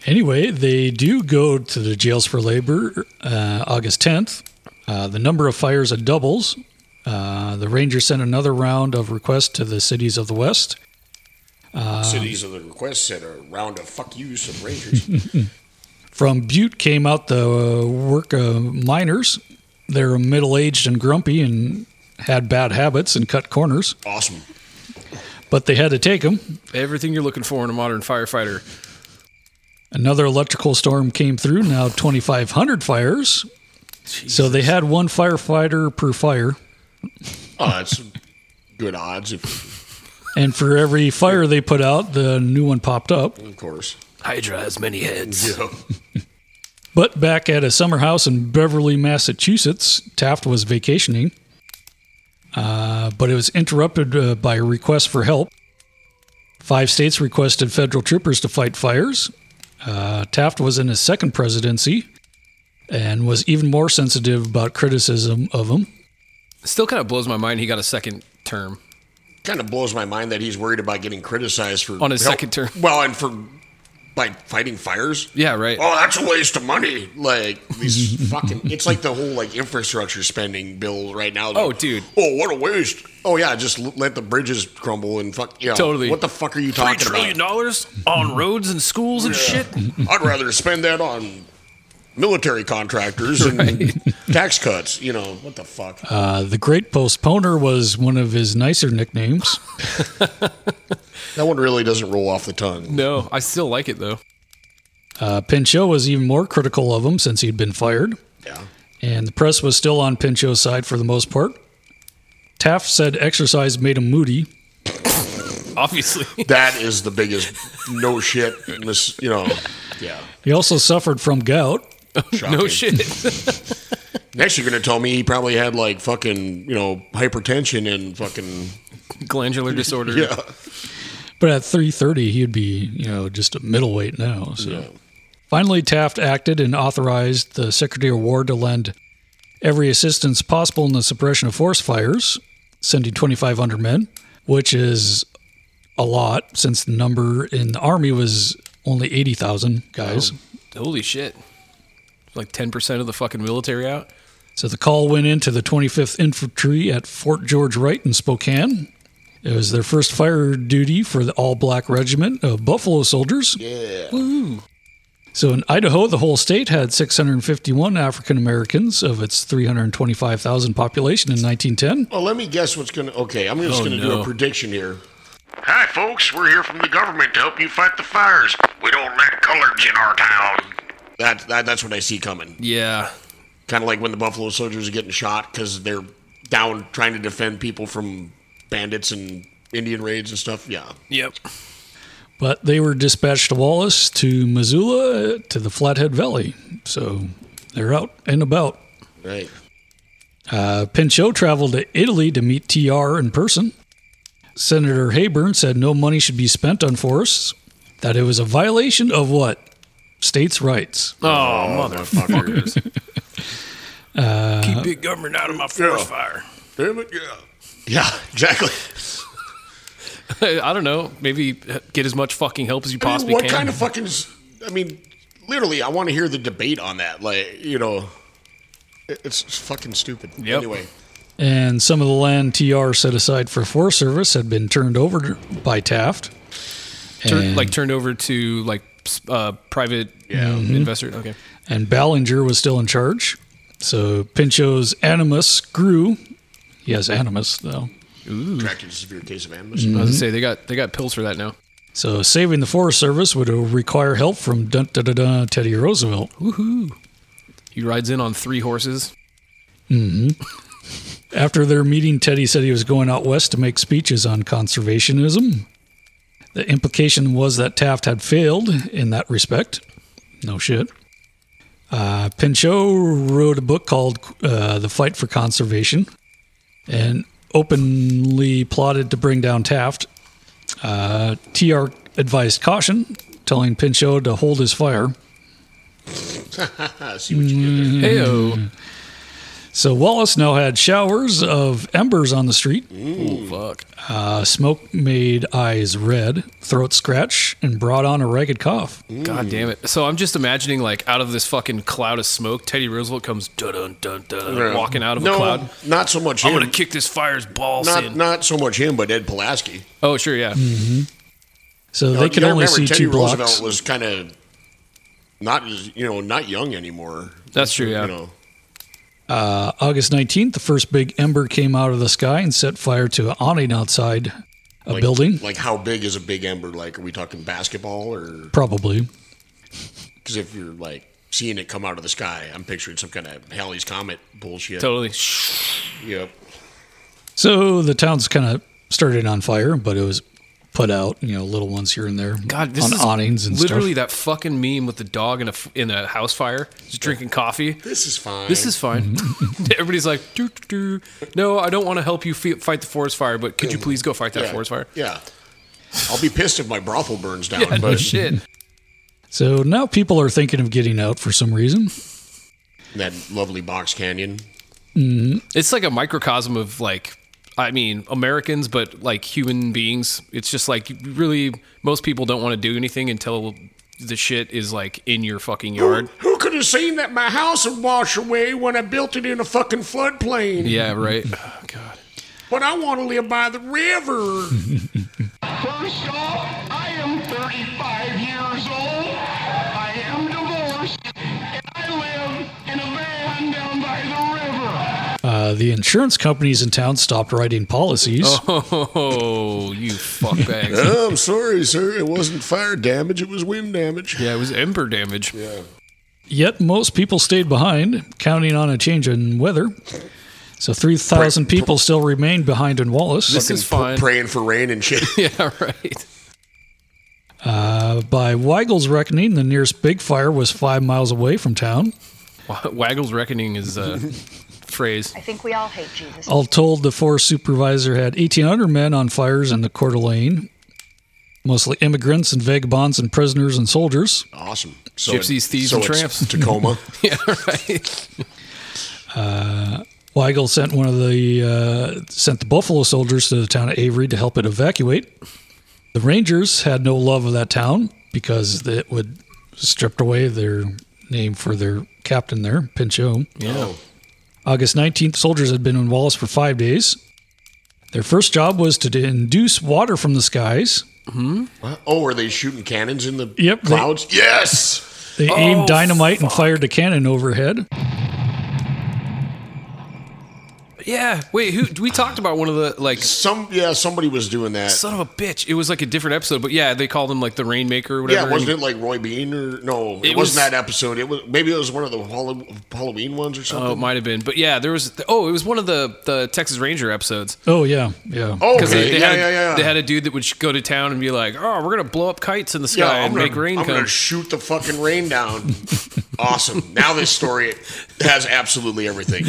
Speaker 6: Anyway, they do go to the jails for labor uh, August 10th. Uh, the number of fires it doubles. Uh, the Rangers sent another round of requests to the cities of the West.
Speaker 1: Cities of the Request sent a round of fuck yous from Rangers.
Speaker 6: From Butte came out the uh, work of miners. They're middle aged and grumpy and had bad habits and cut corners,
Speaker 1: awesome.
Speaker 6: but they had to take them.
Speaker 2: Everything you're looking for in a modern firefighter.
Speaker 6: Another electrical storm came through, now 2,500 fires. So they had one firefighter per fire.
Speaker 1: Oh, that's good odds, if,
Speaker 6: And for every fire they put out, the new one popped up.
Speaker 1: of course.
Speaker 2: Hydra has many heads.
Speaker 1: Yeah.
Speaker 6: But back at a summer house in Beverly, Massachusetts, Taft was vacationing. Uh, but it was interrupted uh, by a request for help. Five states requested federal troopers to fight fires. Uh, Taft was in his second presidency and was even more sensitive about criticism of him.
Speaker 2: Still kind of blows my mind he got a second term.
Speaker 1: kind of blows my mind that he's worried about getting criticized for
Speaker 2: On his second term.
Speaker 1: Well, and for by fighting fires.
Speaker 2: Yeah, right.
Speaker 1: Oh, that's a waste of money. Like these fucking. It's like the whole like infrastructure spending bill right now. Like,
Speaker 2: Oh, dude.
Speaker 1: Oh, what a waste. Oh yeah, just l- let the bridges crumble and fuck. You know,
Speaker 2: Totally.
Speaker 1: What the fuck are you
Speaker 2: Three
Speaker 1: talking
Speaker 2: trillion
Speaker 1: about?
Speaker 2: dollars on roads and schools and shit.
Speaker 1: I'd rather spend that on military contractors and tax cuts. You know what the fuck?
Speaker 6: Uh, the Great Postponer was one of his nicer nicknames.
Speaker 1: that one really doesn't roll off the tongue.
Speaker 2: No, I still like it though.
Speaker 6: Uh, Pinchot was even more critical of him since he'd been fired.
Speaker 1: Yeah.
Speaker 6: and the press was still on Pinchot's side for the most part. Taft said exercise made him moody.
Speaker 2: Obviously.
Speaker 1: That is the biggest no shit. Mis- you know. Yeah.
Speaker 6: He also suffered from gout.
Speaker 2: no
Speaker 1: Shocking.
Speaker 2: shit.
Speaker 1: Next, you're gonna tell me he probably had like fucking you know hypertension and fucking
Speaker 2: Glandular disorder.
Speaker 1: yeah.
Speaker 6: But at 3:30, he'd be, you know, just a middleweight now. So finally, Taft acted and authorized the Secretary of War to lend every assistance possible in the suppression of forest fires, sending 2,500 men, which is a lot since the number in the army was only 80,000 guys.
Speaker 2: Holy shit. Like 10% of the fucking military out.
Speaker 6: So the call went in to the 25th Infantry at Fort George Wright in Spokane. It was their first fire duty for the all black regiment of Buffalo soldiers.
Speaker 1: Yeah.
Speaker 6: So in Idaho, the whole state had 651 African Americans of its 325,000 population in 1910.
Speaker 1: Well, let me guess what's gonna. Okay, I'm just
Speaker 2: Oh,
Speaker 1: gonna do
Speaker 2: no.
Speaker 1: a prediction here. Hi, folks. We're here from the government to help you fight the fires. We don't let coloreds in our town. That, that that's what I see coming.
Speaker 2: Yeah.
Speaker 1: Kind of like when the Buffalo Soldiers are getting shot because they're down trying to defend people from bandits and Indian raids and stuff. Yeah.
Speaker 2: Yep.
Speaker 6: But they were dispatched to Wallace, to Missoula, to the Flathead Valley. So they're out and about.
Speaker 1: Right.
Speaker 6: Uh, Pinchot traveled to Italy to meet TR in person. Senator Hayburn said no money should be spent on forests, that it was a violation of what? States' rights.
Speaker 2: Oh, mother.
Speaker 1: Motherfuckers.
Speaker 2: Keep big government out of my forest fire.
Speaker 1: Damn it. Yeah. Yeah. Exactly.
Speaker 2: I don't know. Maybe get as much fucking help as you
Speaker 1: I mean,
Speaker 2: possibly
Speaker 1: what
Speaker 2: can.
Speaker 1: kind of fucking? s- I mean, literally, I want to hear the debate on that. Like, you know, it- it's it's fucking stupid.
Speaker 2: Yep.
Speaker 1: Anyway,
Speaker 6: And some of the land TR set aside for Forest Service had been turned over by Taft.
Speaker 2: Turn,
Speaker 6: And-
Speaker 2: like turned over to like s- uh, private
Speaker 1: Yeah. Mm-hmm.
Speaker 2: investor. Okay.
Speaker 6: and Ballinger was still in charge. So Pinchot's animus grew. He has animus, though.
Speaker 1: attracted to severe case of animus.
Speaker 2: I
Speaker 6: Mm-hmm.
Speaker 2: was gonna say they got they got pills for that now.
Speaker 6: So saving the Forest Service would require help from dun, dun, dun, dun, Teddy Roosevelt.
Speaker 2: He rides in on three horses.
Speaker 6: After their meeting, Teddy said he was going out west to make speeches on conservationism. The implication was that Taft had failed in that respect. No shit. Uh, Pinchot wrote a book called uh, The Fight for Conservation and openly plotted to bring down Taft. Uh, TR advised caution, telling Pinchot to hold his fire.
Speaker 1: I see what you did
Speaker 6: Mm-hmm.
Speaker 1: there.
Speaker 2: Heyo.
Speaker 6: So Wallace now had showers of embers on the street.
Speaker 1: Mm.
Speaker 2: Oh fuck.
Speaker 6: Uh, smoke made eyes red, throat scratch, and brought on a ragged cough.
Speaker 1: Mm.
Speaker 2: God damn it. So I'm just imagining like out of this fucking cloud of smoke, Teddy Roosevelt comes dun dun dun dun
Speaker 1: Yeah.
Speaker 2: walking out of
Speaker 1: no,
Speaker 2: a cloud.
Speaker 1: Not so much
Speaker 2: I'm gonna
Speaker 1: him.
Speaker 2: kick this fire's balls
Speaker 1: Not
Speaker 2: in.
Speaker 6: Mm.
Speaker 1: not so much him, but Ed Pulaski.
Speaker 2: Oh sure, yeah.
Speaker 6: So
Speaker 1: You
Speaker 6: they
Speaker 1: know,
Speaker 6: could
Speaker 1: I
Speaker 6: only
Speaker 1: remember
Speaker 6: see
Speaker 1: Teddy
Speaker 6: two
Speaker 1: Roosevelt
Speaker 6: blocks.
Speaker 1: was kind of not as- you know not young anymore.
Speaker 2: That's true, yeah.
Speaker 1: You know,
Speaker 6: Uh, August 19th, the first big ember came out of the sky and set fire to an awning outside a
Speaker 1: like-
Speaker 6: building.
Speaker 1: Like how big is a big ember? Like are we talking basketball or
Speaker 6: Probably.
Speaker 1: because if you're like seeing it come out of the sky, I'm picturing some kind of Halley's comet bullshit.
Speaker 2: Totally. Shh.
Speaker 1: Yep.
Speaker 6: So the town's kind of started on fire, but it was put out, you know, little ones here and there
Speaker 2: God, this
Speaker 6: on
Speaker 2: is
Speaker 6: awnings and
Speaker 2: literally
Speaker 6: stuff.
Speaker 2: that fucking meme with the dog in a f- in a house fire, just drinking coffee.
Speaker 1: This is fine.
Speaker 2: This is fine.
Speaker 1: Mm-hmm.
Speaker 2: Everybody's like, doo, doo, doo. no, I don't want to help you fe- fight the forest fire, but could you please go fight that
Speaker 1: yeah,
Speaker 2: forest fire?
Speaker 1: Yeah. I'll be pissed if my brothel burns down,
Speaker 2: Yeah,
Speaker 1: but
Speaker 2: no shit.
Speaker 6: So now people are thinking of getting out for some reason.
Speaker 1: that lovely box canyon.
Speaker 2: It's like a microcosm of like, I mean, Americans, but like human beings. It's just like really, most people don't want to do anything until the shit is like in your fucking yard.
Speaker 1: Who could have seen that my house would wash away when I built it in a fucking floodplain?
Speaker 2: yeah, right. Oh, God.
Speaker 1: But I want to live by the river.
Speaker 7: First off, I am 35 years old. I am divorced, and I live in a van down by the river.
Speaker 6: Uh, the insurance companies in town stopped writing policies.
Speaker 2: Oh, you fuckbags.
Speaker 1: Oh, I'm sorry, sir. It wasn't fire damage, it was wind damage.
Speaker 2: yeah, it was ember damage.
Speaker 6: Yet most people stayed behind, counting on a change in weather. So 3,000 people still remained behind in Wallace.
Speaker 2: This is fine.
Speaker 1: praying for rain and shit.
Speaker 2: Yeah, right.
Speaker 6: Uh, by Weigel's reckoning, the nearest big fire was five miles away from town.
Speaker 2: Wa- Waggle's reckoning is a phrase.
Speaker 4: I think we all hate Jesus.
Speaker 6: All told, the forest supervisor had 1,800 men on fires in the Coeur d'Alene, mostly immigrants and vagabonds and prisoners and soldiers.
Speaker 1: awesome. So
Speaker 2: Gypsies, thieves, and
Speaker 1: it's
Speaker 2: tramps.
Speaker 1: Tacoma.
Speaker 2: Yeah, right.
Speaker 6: Weigel sent one of the uh, sent the Buffalo soldiers to the town of Avery to help it evacuate. The Rangers had no love of that town because it would stripped away their name for their captain there, Pinchot.
Speaker 2: Yeah.
Speaker 6: August 19th, soldiers had been in Wallace for five days. Their first job was to induce water from the skies.
Speaker 1: Oh, are they shooting cannons in the
Speaker 6: Yep, they-
Speaker 1: clouds? yes.
Speaker 6: They aimed dynamite and fired a cannon overhead.
Speaker 2: Yeah. Wait, who we talked about one of the like
Speaker 1: Some yeah, somebody was doing that.
Speaker 2: son of a bitch. It was like a different episode, but yeah, they called him like the Rainmaker or whatever.
Speaker 1: yeah, wasn't
Speaker 2: and-
Speaker 1: it like Roy Bean or no? It,
Speaker 2: It was-
Speaker 1: wasn't that episode. It was maybe it was one of the Hallow- Halloween ones or
Speaker 2: Oh, it
Speaker 1: something.
Speaker 2: might have been, but yeah, there was. Oh, it was one of the the Texas Ranger episodes
Speaker 6: Oh yeah, yeah.
Speaker 1: Oh, okay.
Speaker 2: they, they
Speaker 1: yeah,
Speaker 2: had,
Speaker 1: yeah, yeah.
Speaker 2: they had a dude that would sh- go to town and be like, "Oh, we're gonna blow up kites in the sky
Speaker 1: yeah, I'm
Speaker 2: and
Speaker 1: gonna,
Speaker 2: make rain
Speaker 1: I'm
Speaker 2: come."
Speaker 1: gonna shoot the fucking rain down. awesome. Now this story has absolutely everything.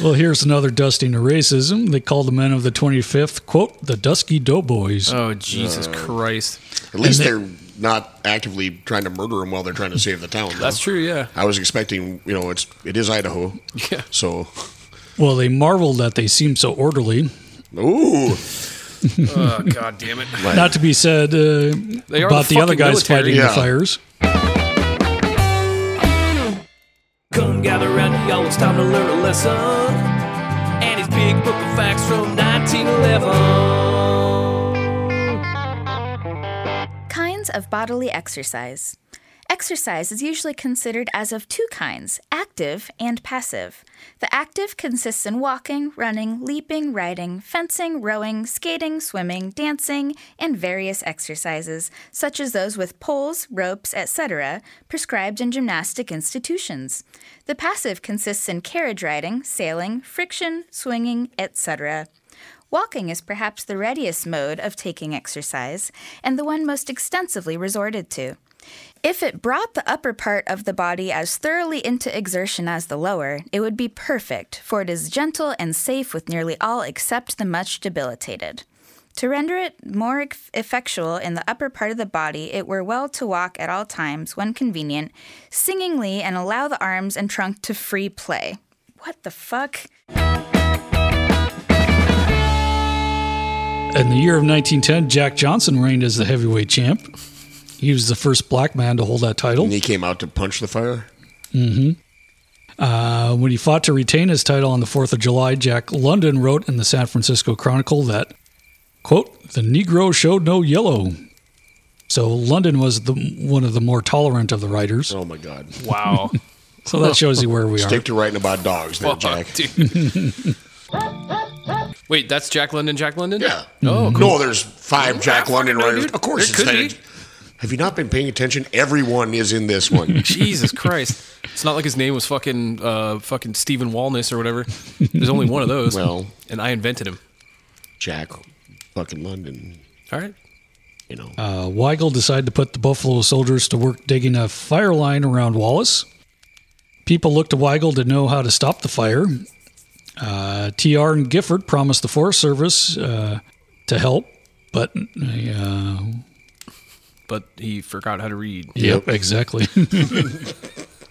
Speaker 6: Well, here's another dusting of racism. They called the men of the 25th, quote, the Dusky Doughboys.
Speaker 2: oh Jesus Christ,
Speaker 1: At least they're not actively trying to murder him while they're trying to save the town. though.
Speaker 2: that's true. Yeah,
Speaker 1: I was expecting, you know, it's it is Idaho.
Speaker 2: Yeah.
Speaker 1: So,
Speaker 6: Well, they marveled that they seemed so orderly.
Speaker 1: ooh,
Speaker 2: oh, God damn it.
Speaker 6: Not to be said uh,
Speaker 2: They are
Speaker 6: about
Speaker 2: the
Speaker 6: the, other
Speaker 2: fucking
Speaker 6: guys
Speaker 2: military.
Speaker 6: fighting the
Speaker 1: Yeah.
Speaker 6: fires.
Speaker 3: Come gather round, y'all. It's time to learn a lesson. And his big book of facts from 1911.
Speaker 8: Kinds of bodily exercise. Exercise is usually considered as of two kinds active and passive. The active consists in walking, running, leaping, riding, fencing, rowing, skating, swimming, dancing, and various exercises, such as those with poles, ropes, etc., prescribed in gymnastic institutions. The passive consists in carriage riding, sailing, friction, swinging, etc. Walking is perhaps the readiest mode of taking exercise and the one most extensively resorted to. If it brought the upper part of the body as thoroughly into exertion as the lower, it would be perfect, for it is gentle and safe with nearly all except the much debilitated. To render it more eff- effectual in the upper part of the body, it were well to walk at all times, when convenient, singingly, and allow the arms and trunk to free play. What the fuck?
Speaker 6: In the year of 1910, Jack Johnson reigned as the heavyweight champ. He was the first black man to hold that title.
Speaker 1: and he came out to punch the fire.
Speaker 6: Mm-hmm. Uh, when he fought to retain his title on the 4th of July, Jack London wrote in the San Francisco Chronicle that, Quote, the Negro showed no yellow. So London was the, one of the more tolerant of the writers.
Speaker 1: Oh my God!
Speaker 2: Wow.
Speaker 6: So that shows you where we are.
Speaker 1: Stick to writing about dogs, there,
Speaker 2: Fuck,
Speaker 1: Jack.
Speaker 2: dude. Wait, that's Jack London, Jack London?
Speaker 1: Yeah.
Speaker 2: Oh,
Speaker 1: No, there's five Jack
Speaker 2: fucking
Speaker 1: London
Speaker 2: know,
Speaker 1: writers.
Speaker 2: dude.
Speaker 1: Of course,
Speaker 2: There could
Speaker 1: it's that. Have you not been paying attention? Everyone is in this one.
Speaker 2: Jesus Christ. It's not like his name was fucking uh, fucking Stephen Walness or whatever. There's only one of those.
Speaker 1: Well.
Speaker 2: and I invented him.
Speaker 1: Jack, fucking London.
Speaker 2: All right.
Speaker 1: You know.
Speaker 6: Uh, Weigel decided to put the Buffalo soldiers to work digging a fire line around Wallace. People looked to Weigel to know how to stop the fire. Uh, TR and Gifford promised the Forest Service uh, to help, but uh,
Speaker 2: But he forgot how to read.
Speaker 6: Yep, exactly.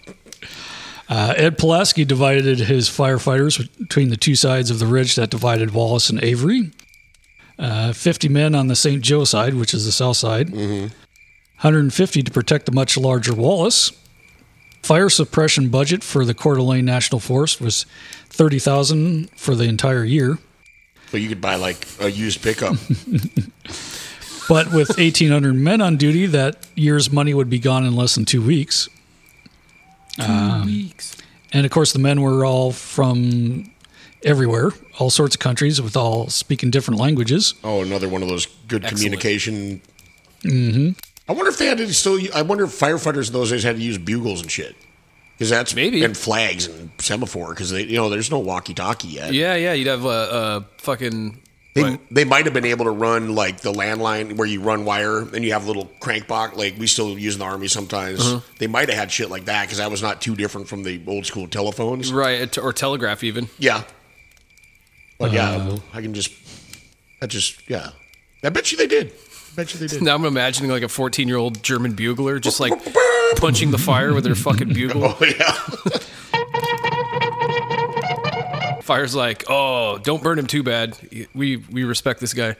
Speaker 6: uh, Ed Pulaski divided his firefighters between the two sides of the ridge that divided Wallace and Avery. Uh, 50 men on the St. Joe side, which is the south side, 150 to protect the much larger Wallace. Fire suppression budget for the Coeur d'Alene National Forest was 30000 for the entire year.
Speaker 1: But you could buy like a used pickup.
Speaker 6: But with 1,800 men on duty, that year's money would be gone in less than two weeks. Um,
Speaker 2: Weeks.
Speaker 6: And of course, the men were all from everywhere, all sorts of countries, with all speaking different languages.
Speaker 1: Oh, another one of those good
Speaker 2: Excellent.
Speaker 1: communication. Mm-hmm. I wonder if they had to still. I wonder if firefighters in those days had to use bugles and shit. Because that's
Speaker 2: Maybe.
Speaker 1: and flags and semaphore. Because they, you know, there's no walkie-talkie yet.
Speaker 2: Yeah, yeah. You'd have a uh, uh, fucking.
Speaker 1: They,
Speaker 2: what?
Speaker 1: they might have been able to run like the landline where you run wire and you have a little crank box. Like we still use in the army sometimes.
Speaker 2: Uh-huh.
Speaker 1: They might have had shit like that because that was not too different from the old school telephones.
Speaker 2: Right, or telegraph even.
Speaker 1: Yeah. But
Speaker 2: Uh.
Speaker 1: yeah, I can just. I just yeah. I bet you they did. I bet you they did.
Speaker 2: Now I'm imagining like a 14 year old German bugler just like punching the fire with their fucking bugle.
Speaker 1: Oh yeah.
Speaker 2: Fire's like, oh, don't burn him too bad. We we respect this guy.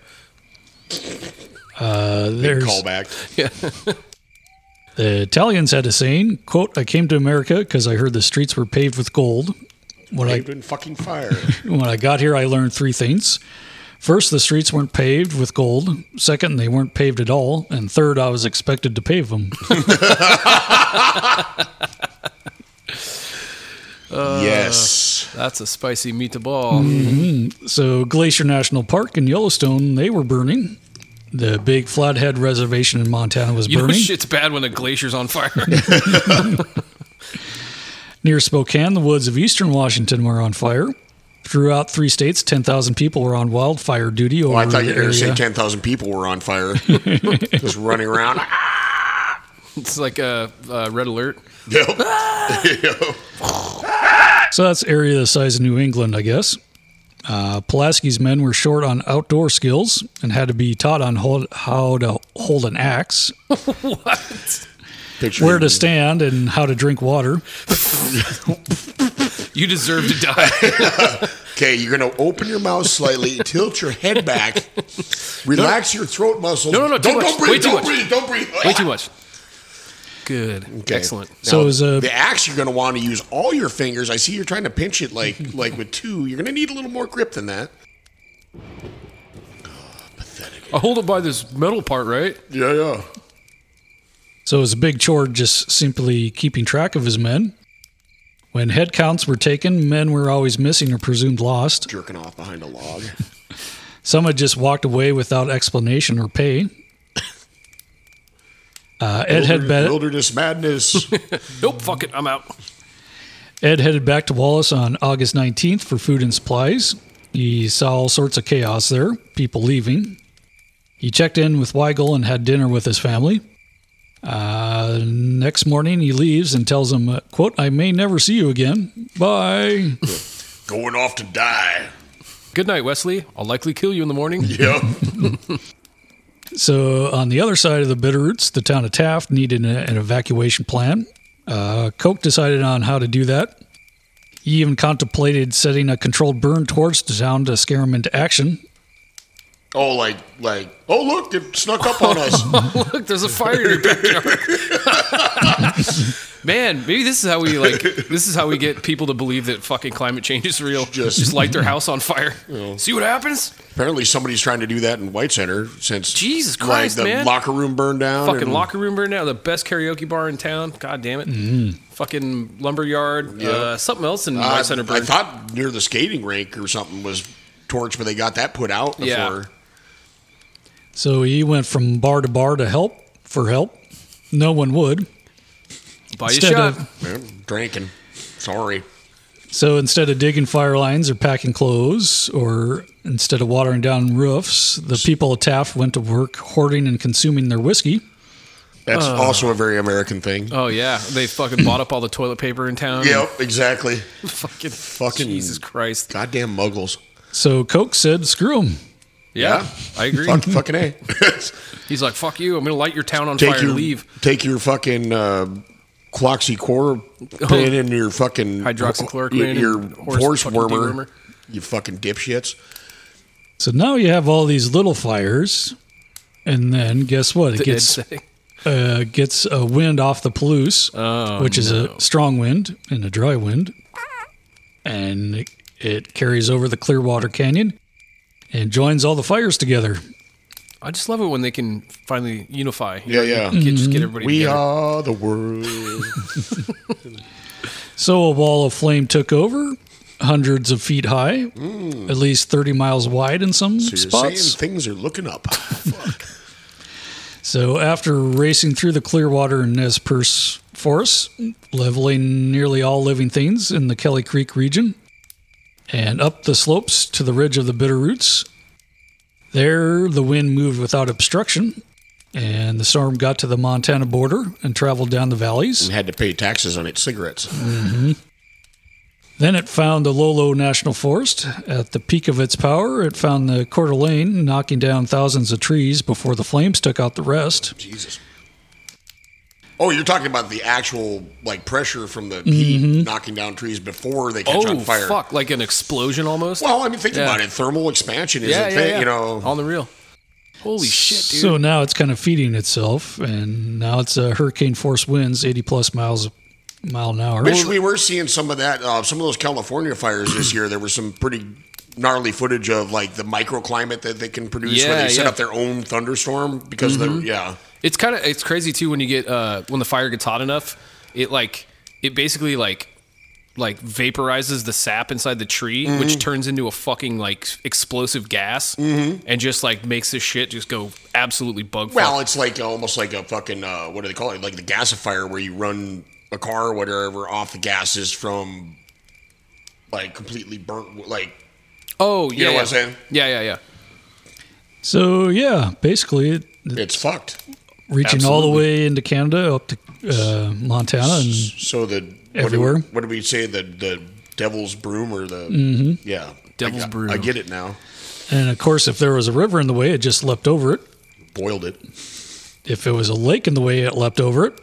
Speaker 6: Uh, there's,
Speaker 1: Callback.
Speaker 6: the Italians had a saying, quote, I came to America because I heard the streets were paved with gold. When I,
Speaker 1: Paved in fucking fire.
Speaker 6: when I got here, I learned three things. First, the streets weren't paved with gold. Second, they weren't paved at all. And third, I was expected to pave them.
Speaker 2: Uh,
Speaker 1: yes.
Speaker 2: That's a spicy meatball.
Speaker 6: So Glacier National Park and Yellowstone, they were burning. The big Flathead Reservation in Montana was
Speaker 2: You know
Speaker 6: burning.
Speaker 2: shit's bad when a glacier's on fire.
Speaker 6: Near Spokane, the woods of eastern Washington were on fire. Throughout three states, 10,000 people were on wildfire duty over
Speaker 1: Well, Oh, I thought
Speaker 6: the
Speaker 1: you were going to say
Speaker 6: area.
Speaker 1: 10,000 people were on fire. Just running around.
Speaker 2: it's like a, uh red alert.
Speaker 1: Yep. Yep.
Speaker 6: so that's area the size of New England, I guess. Uh, Pulaski's men were short on outdoor skills and had to be taught on hold, how to hold an axe,
Speaker 1: Picture
Speaker 6: where to stand, and how to drink water.
Speaker 2: You deserve to die.
Speaker 1: Okay, you're going to open your mouth slightly, tilt your head back, relax your throat muscles.
Speaker 2: No, no, no, too
Speaker 1: Don't,
Speaker 2: much.
Speaker 1: don't breathe.
Speaker 2: Way too
Speaker 1: don't
Speaker 2: much.
Speaker 1: breathe. Don't breathe.
Speaker 2: Way too much. Good.
Speaker 1: Okay.
Speaker 2: Excellent.
Speaker 6: So
Speaker 1: Now,
Speaker 6: is, uh,
Speaker 1: the axe you're going to want to use all your fingers. I see you're trying to pinch it like like with two. You're going to need a little more grip than that.
Speaker 2: I hold it by this metal part, right?
Speaker 1: Yeah, yeah.
Speaker 6: So it was a big chore just simply keeping track of his men. When head counts were taken, men were always missing or presumed lost.
Speaker 1: Jerking off behind a log.
Speaker 6: Some had just walked away without explanation or pay. Uh, Ed, headed back,
Speaker 1: Wilderness madness.
Speaker 2: Nope, fuck it, I'm out.
Speaker 6: Ed headed back to Wallace on August 19th for food and supplies. He saw all sorts of chaos there, people leaving. He checked in with Weigel and had dinner with his family. Uh, next morning, he leaves and tells him, uh, quote, I may never see you again. Bye.
Speaker 1: Going off to die.
Speaker 2: Good night, Wesley. I'll likely kill you in the morning.
Speaker 1: Yep.
Speaker 6: So on the other side of the Bitterroots, the town of Taft needed an, an evacuation plan. Uh, Koch decided on how to do that. He even contemplated setting a controlled burn towards the town to scare him into action.
Speaker 1: Oh, like like oh look, it snuck up on us.
Speaker 2: Look, there's a fire in your backyard. Man, maybe this is how we like. This is how we get people to believe that fucking climate change is real.
Speaker 1: Just-
Speaker 2: Just, light their house on fire. See what happens.
Speaker 1: Apparently, somebody's trying to do that in White Center since
Speaker 2: Jesus
Speaker 1: like,
Speaker 2: Christ,
Speaker 1: the
Speaker 2: man.
Speaker 1: locker room burned down.
Speaker 2: Fucking
Speaker 1: and-
Speaker 2: locker room burn now. The best karaoke bar in town. God damn it. Fucking lumberyard. Uh, something else in
Speaker 1: Mm-hmm. Uh,
Speaker 2: my center
Speaker 1: I
Speaker 2: burned.
Speaker 1: thought near the skating rink or something was torched, but they got that put out before.
Speaker 2: Yeah.
Speaker 6: So he went from bar to bar to help for help. No one would.
Speaker 2: Buy you a
Speaker 6: instead
Speaker 2: shot.
Speaker 6: of-
Speaker 1: Well, drinking. Sorry.
Speaker 6: So instead of digging fire lines or packing clothes, or instead of watering down roofs, the people of Taft went to work hoarding and consuming their whiskey.
Speaker 1: That's
Speaker 2: Uh.
Speaker 1: also a very American thing.
Speaker 2: oh yeah, they fucking bought up all the toilet paper in town.
Speaker 1: yep, exactly.
Speaker 2: Fucking,
Speaker 1: Fucking-
Speaker 2: Jesus Christ.
Speaker 1: Goddamn muggles.
Speaker 6: So Coke said, "Screw them."
Speaker 2: Yeah,
Speaker 1: Yeah.
Speaker 2: I agree.
Speaker 1: Fuck, fucking A.
Speaker 2: He's like, "Fuck you! I'm gonna light your town on
Speaker 1: take
Speaker 2: fire
Speaker 1: your
Speaker 2: and leave."
Speaker 1: Take your fucking uh, chloroquine and your fucking
Speaker 2: Oh. Hydroxychloroquine and
Speaker 1: your,
Speaker 2: horse
Speaker 1: horse,
Speaker 2: fucking
Speaker 1: wormer.
Speaker 2: dewormer.
Speaker 1: You fucking dipshits.
Speaker 6: So now you have all these little fires, and then guess what? It
Speaker 2: Did Ed
Speaker 6: gets
Speaker 2: say?
Speaker 6: uh, gets a wind off the Palouse,
Speaker 1: Oh,
Speaker 6: which is a strong wind and a dry wind, and it, it carries over the Clearwater Canyon and joins all the fires together.
Speaker 2: I just love it when they can finally unify.
Speaker 1: Yeah, yeah.
Speaker 2: Get, just get everybody
Speaker 1: Mm-hmm. We
Speaker 2: together.
Speaker 1: are the world.
Speaker 6: So a wall of flame took over, hundreds of feet high, at least 30 miles wide in some
Speaker 1: Mm. So you're
Speaker 6: spots.
Speaker 1: saying things are looking up. Fuck.
Speaker 6: So after racing through the Clearwater and Nez Perce forests, leveling nearly all living things in the Kelly Creek region, and up the slopes to the ridge of the Bitterroots, there the wind moved without obstruction, and the storm got to the Montana border and traveled down the valleys.
Speaker 1: and had to pay taxes on its cigarettes.
Speaker 2: Mm.
Speaker 6: Then it found the Lolo National Forest. At the peak of its power, it found the Coeur d'Alene, knocking down thousands of trees before the flames took out the rest.
Speaker 1: Jesus. Oh, you're talking about the actual like pressure from the heat knocking down trees before they catch
Speaker 2: Mm-hmm. Oh
Speaker 1: on fire.
Speaker 2: fuck! Like an explosion almost.
Speaker 1: Well, I mean, think
Speaker 2: Yeah.
Speaker 1: about it. Thermal expansion is a
Speaker 2: yeah, yeah,
Speaker 1: thing,
Speaker 2: yeah.
Speaker 1: you know.
Speaker 2: on the real. Holy shit, dude!
Speaker 6: So now it's kind of feeding itself, and now it's a hurricane force winds, 80 plus miles mile an hour.
Speaker 1: Wish we were seeing some of that. Uh, some of those California fires this year. There was some pretty gnarly footage of like the microclimate that they can produce where
Speaker 2: Yeah,
Speaker 1: they set
Speaker 2: yeah. Mm-hmm.
Speaker 1: up their own thunderstorm because of the yeah.
Speaker 2: It's kind of it's crazy too when you get uh when the fire gets hot enough, it like it basically like like vaporizes the sap inside the tree,
Speaker 1: Mm-hmm.
Speaker 2: which turns into a fucking like explosive gas, and just like makes this shit just go absolutely bug.
Speaker 1: Mm-hmm. Well,
Speaker 2: fuck.
Speaker 1: it's like almost like a fucking uh, what do they call it? Like the gasifier where you run a car or whatever off the gases from like completely burnt. Like
Speaker 2: oh
Speaker 1: know
Speaker 2: yeah,
Speaker 1: what
Speaker 2: yeah.
Speaker 1: I'm saying?
Speaker 2: Yeah, yeah, yeah.
Speaker 6: So, yeah, basically it,
Speaker 1: it's fucked.
Speaker 6: reaching all the way into Canada, up to uh, Montana. And
Speaker 1: So the what do-
Speaker 6: Everywhere.
Speaker 1: What do we say? The the devil's broom or the
Speaker 6: Mm-hmm.
Speaker 1: yeah
Speaker 2: Devil's
Speaker 1: I,
Speaker 2: broom.
Speaker 1: I get it now.
Speaker 6: and of course, if there was a river in the way, it just leapt over it.
Speaker 1: Boiled it.
Speaker 6: If it was a lake in the way, it leapt over it.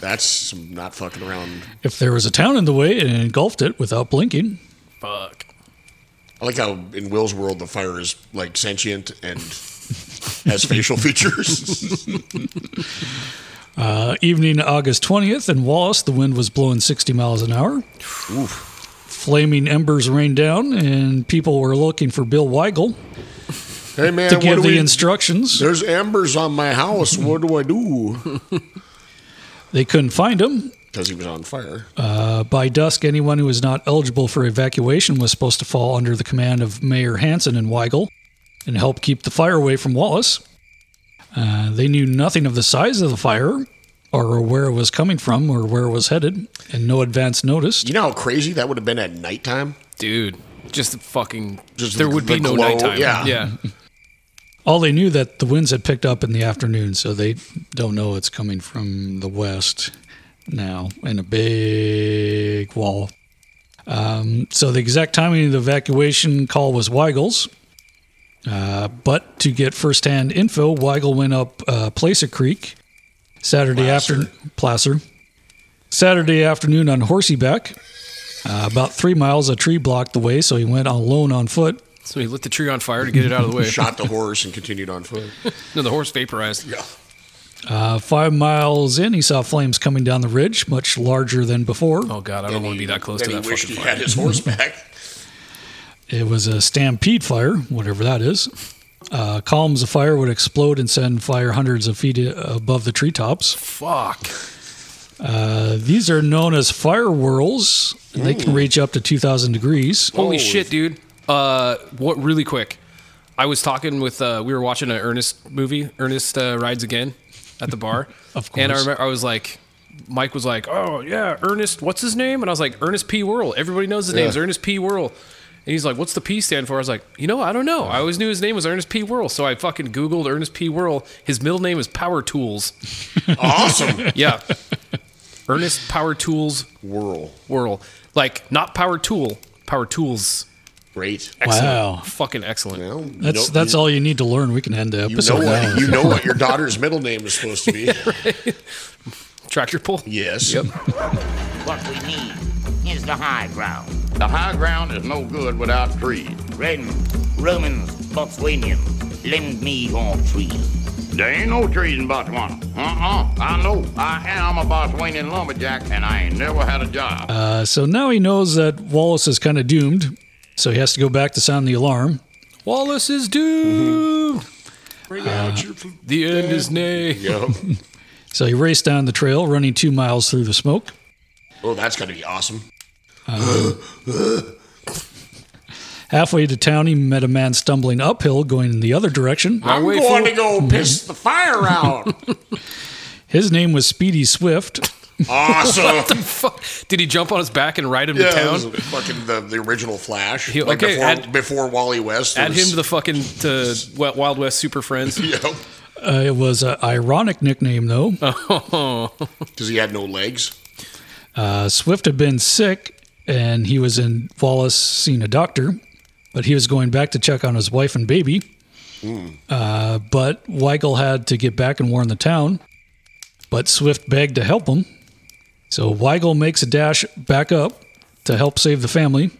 Speaker 1: That's some not fucking around.
Speaker 6: If there was a town in the way, it engulfed it without blinking.
Speaker 2: Fuck.
Speaker 1: I like how in Will's world the fire is like sentient and has facial features.
Speaker 6: Uh, evening August 20th in Wallace, the wind was blowing 60 miles an hour. Flaming embers rained down, and people were looking for Bill Weigel
Speaker 1: hey man,
Speaker 6: to
Speaker 1: what
Speaker 6: give
Speaker 1: do
Speaker 6: the
Speaker 1: we?
Speaker 6: instructions.
Speaker 1: There's embers on my house. What do I do?
Speaker 6: They couldn't find him.
Speaker 1: Because he was on fire.
Speaker 6: Uh, by dusk, anyone who was not eligible for evacuation was supposed to fall under the command of Mayor Hansen and Weigel and help keep the fire away from Wallace. Uh, they knew nothing of the size of the fire or where it was coming from or where it was headed, and no advance notice.
Speaker 1: you know how crazy that would have been at nighttime.
Speaker 2: Dude, just the fucking
Speaker 1: Just
Speaker 2: there
Speaker 1: the-
Speaker 2: would
Speaker 1: the
Speaker 2: be no
Speaker 1: glow,
Speaker 2: nighttime.
Speaker 1: yeah.
Speaker 2: Yeah.
Speaker 6: All they knew that the winds had picked up in the afternoon, so they don't know it's coming from the west now in a big wall. Um, so the exact timing of the evacuation call was Weigel's. Uh, but to get firsthand info, Weigel went up uh, Placer Creek Saturday
Speaker 1: Placer.
Speaker 6: afternoon. Placer. Saturday afternoon on horseyback. Uh, about three miles, a tree blocked the way, so he went alone on foot.
Speaker 2: So he lit the tree on fire to get it out of the way.
Speaker 1: Shot the horse and continued on foot.
Speaker 2: No, the horse vaporized.
Speaker 1: Yeah.
Speaker 6: Uh, five miles in, he saw flames coming down the ridge, much larger than before.
Speaker 2: Oh god, I don't want to be that close
Speaker 1: then
Speaker 2: to that
Speaker 1: he wished
Speaker 2: fucking
Speaker 1: he
Speaker 2: fire.
Speaker 1: had his horse back.
Speaker 6: It was a stampede fire, whatever that is. Uh, columns of fire would explode and send fire hundreds of feet above the treetops.
Speaker 2: Fuck.
Speaker 6: Uh, these are known as fire whirls. and They
Speaker 2: Hmm.
Speaker 6: can reach up to 2,000 degrees.
Speaker 2: Holy shit, dude. Uh, what? Really quick. I was talking with. Uh, we were watching an Ernest movie. Ernest uh, rides again at the bar.
Speaker 6: Of
Speaker 2: And I
Speaker 6: course.
Speaker 2: remember I was like, Mike was like, "Oh yeah, Ernest. What's his name?" And I was like, "Ernest P. Whirl. Everybody knows his name is
Speaker 1: Yeah.
Speaker 2: Ernest P. Whirl." And he's like, "What's the P stand for?" I was like, "You know, I don't know. I always knew his name was Ernest P. Whirl." So I fucking Googled Ernest P. Whirl. His middle name is Power Tools.
Speaker 1: Awesome.
Speaker 2: Yeah. Ernest Power Tools
Speaker 1: Whirl.
Speaker 2: Whirl. Like not Power Tool, Power Tools.
Speaker 1: Great.
Speaker 2: Excellent.
Speaker 6: Wow.
Speaker 2: Fucking excellent.
Speaker 1: Well, you
Speaker 6: That's
Speaker 1: know-
Speaker 6: that's
Speaker 1: you-
Speaker 6: all you need to learn. We can end the
Speaker 1: You know,
Speaker 6: episode now.
Speaker 1: what, you know what your daughter's middle name is supposed to be.
Speaker 2: Tractor pull.
Speaker 1: Yes.
Speaker 2: Yep.
Speaker 9: What we need is the high ground. The high ground is no good without trees. Redmond, Romans, Botswanians, lend me your trees. There ain't no trees in Botswana. Uh-uh. I know. I am a Botswanian lumberjack, and I ain't never had a job.
Speaker 6: Uh, so now he knows that Wallace is kind of doomed, so he has to go back to sound the alarm. Mm-hmm.
Speaker 2: Wallace is doomed.
Speaker 1: Bring out your fl-
Speaker 2: The end is nay.
Speaker 1: Yep.
Speaker 6: So he raced down the trail, running two miles through the smoke. Uh,
Speaker 1: Oh, that's going to be awesome.
Speaker 6: Halfway to town, he met a man stumbling uphill, going in the other direction.
Speaker 1: I'm
Speaker 2: way
Speaker 1: going
Speaker 2: for-
Speaker 1: to go piss the fire out.
Speaker 6: His name was Speedy Swift.
Speaker 1: awesome.
Speaker 2: Fuck. Did he jump on his back and ride him
Speaker 1: Yeah,
Speaker 2: to
Speaker 1: it was
Speaker 2: town?
Speaker 1: fucking the, the original Flash.
Speaker 2: He-
Speaker 1: like
Speaker 2: okay,
Speaker 1: before,
Speaker 2: add-
Speaker 1: before Wally West.
Speaker 2: Add him to the fucking to Wa- Wild West Super Friends.
Speaker 1: Yep.
Speaker 6: Uh, it was an ironic nickname, though.
Speaker 1: Oh. Because he had no legs.
Speaker 6: Uh, Swift had been sick, and he was in Wallace seeing a doctor, but he was going back to check on his wife and baby. Uh, but Weigel had to get back and warn the town, but Swift begged to help him. So Weigel makes a dash back up to help save the family.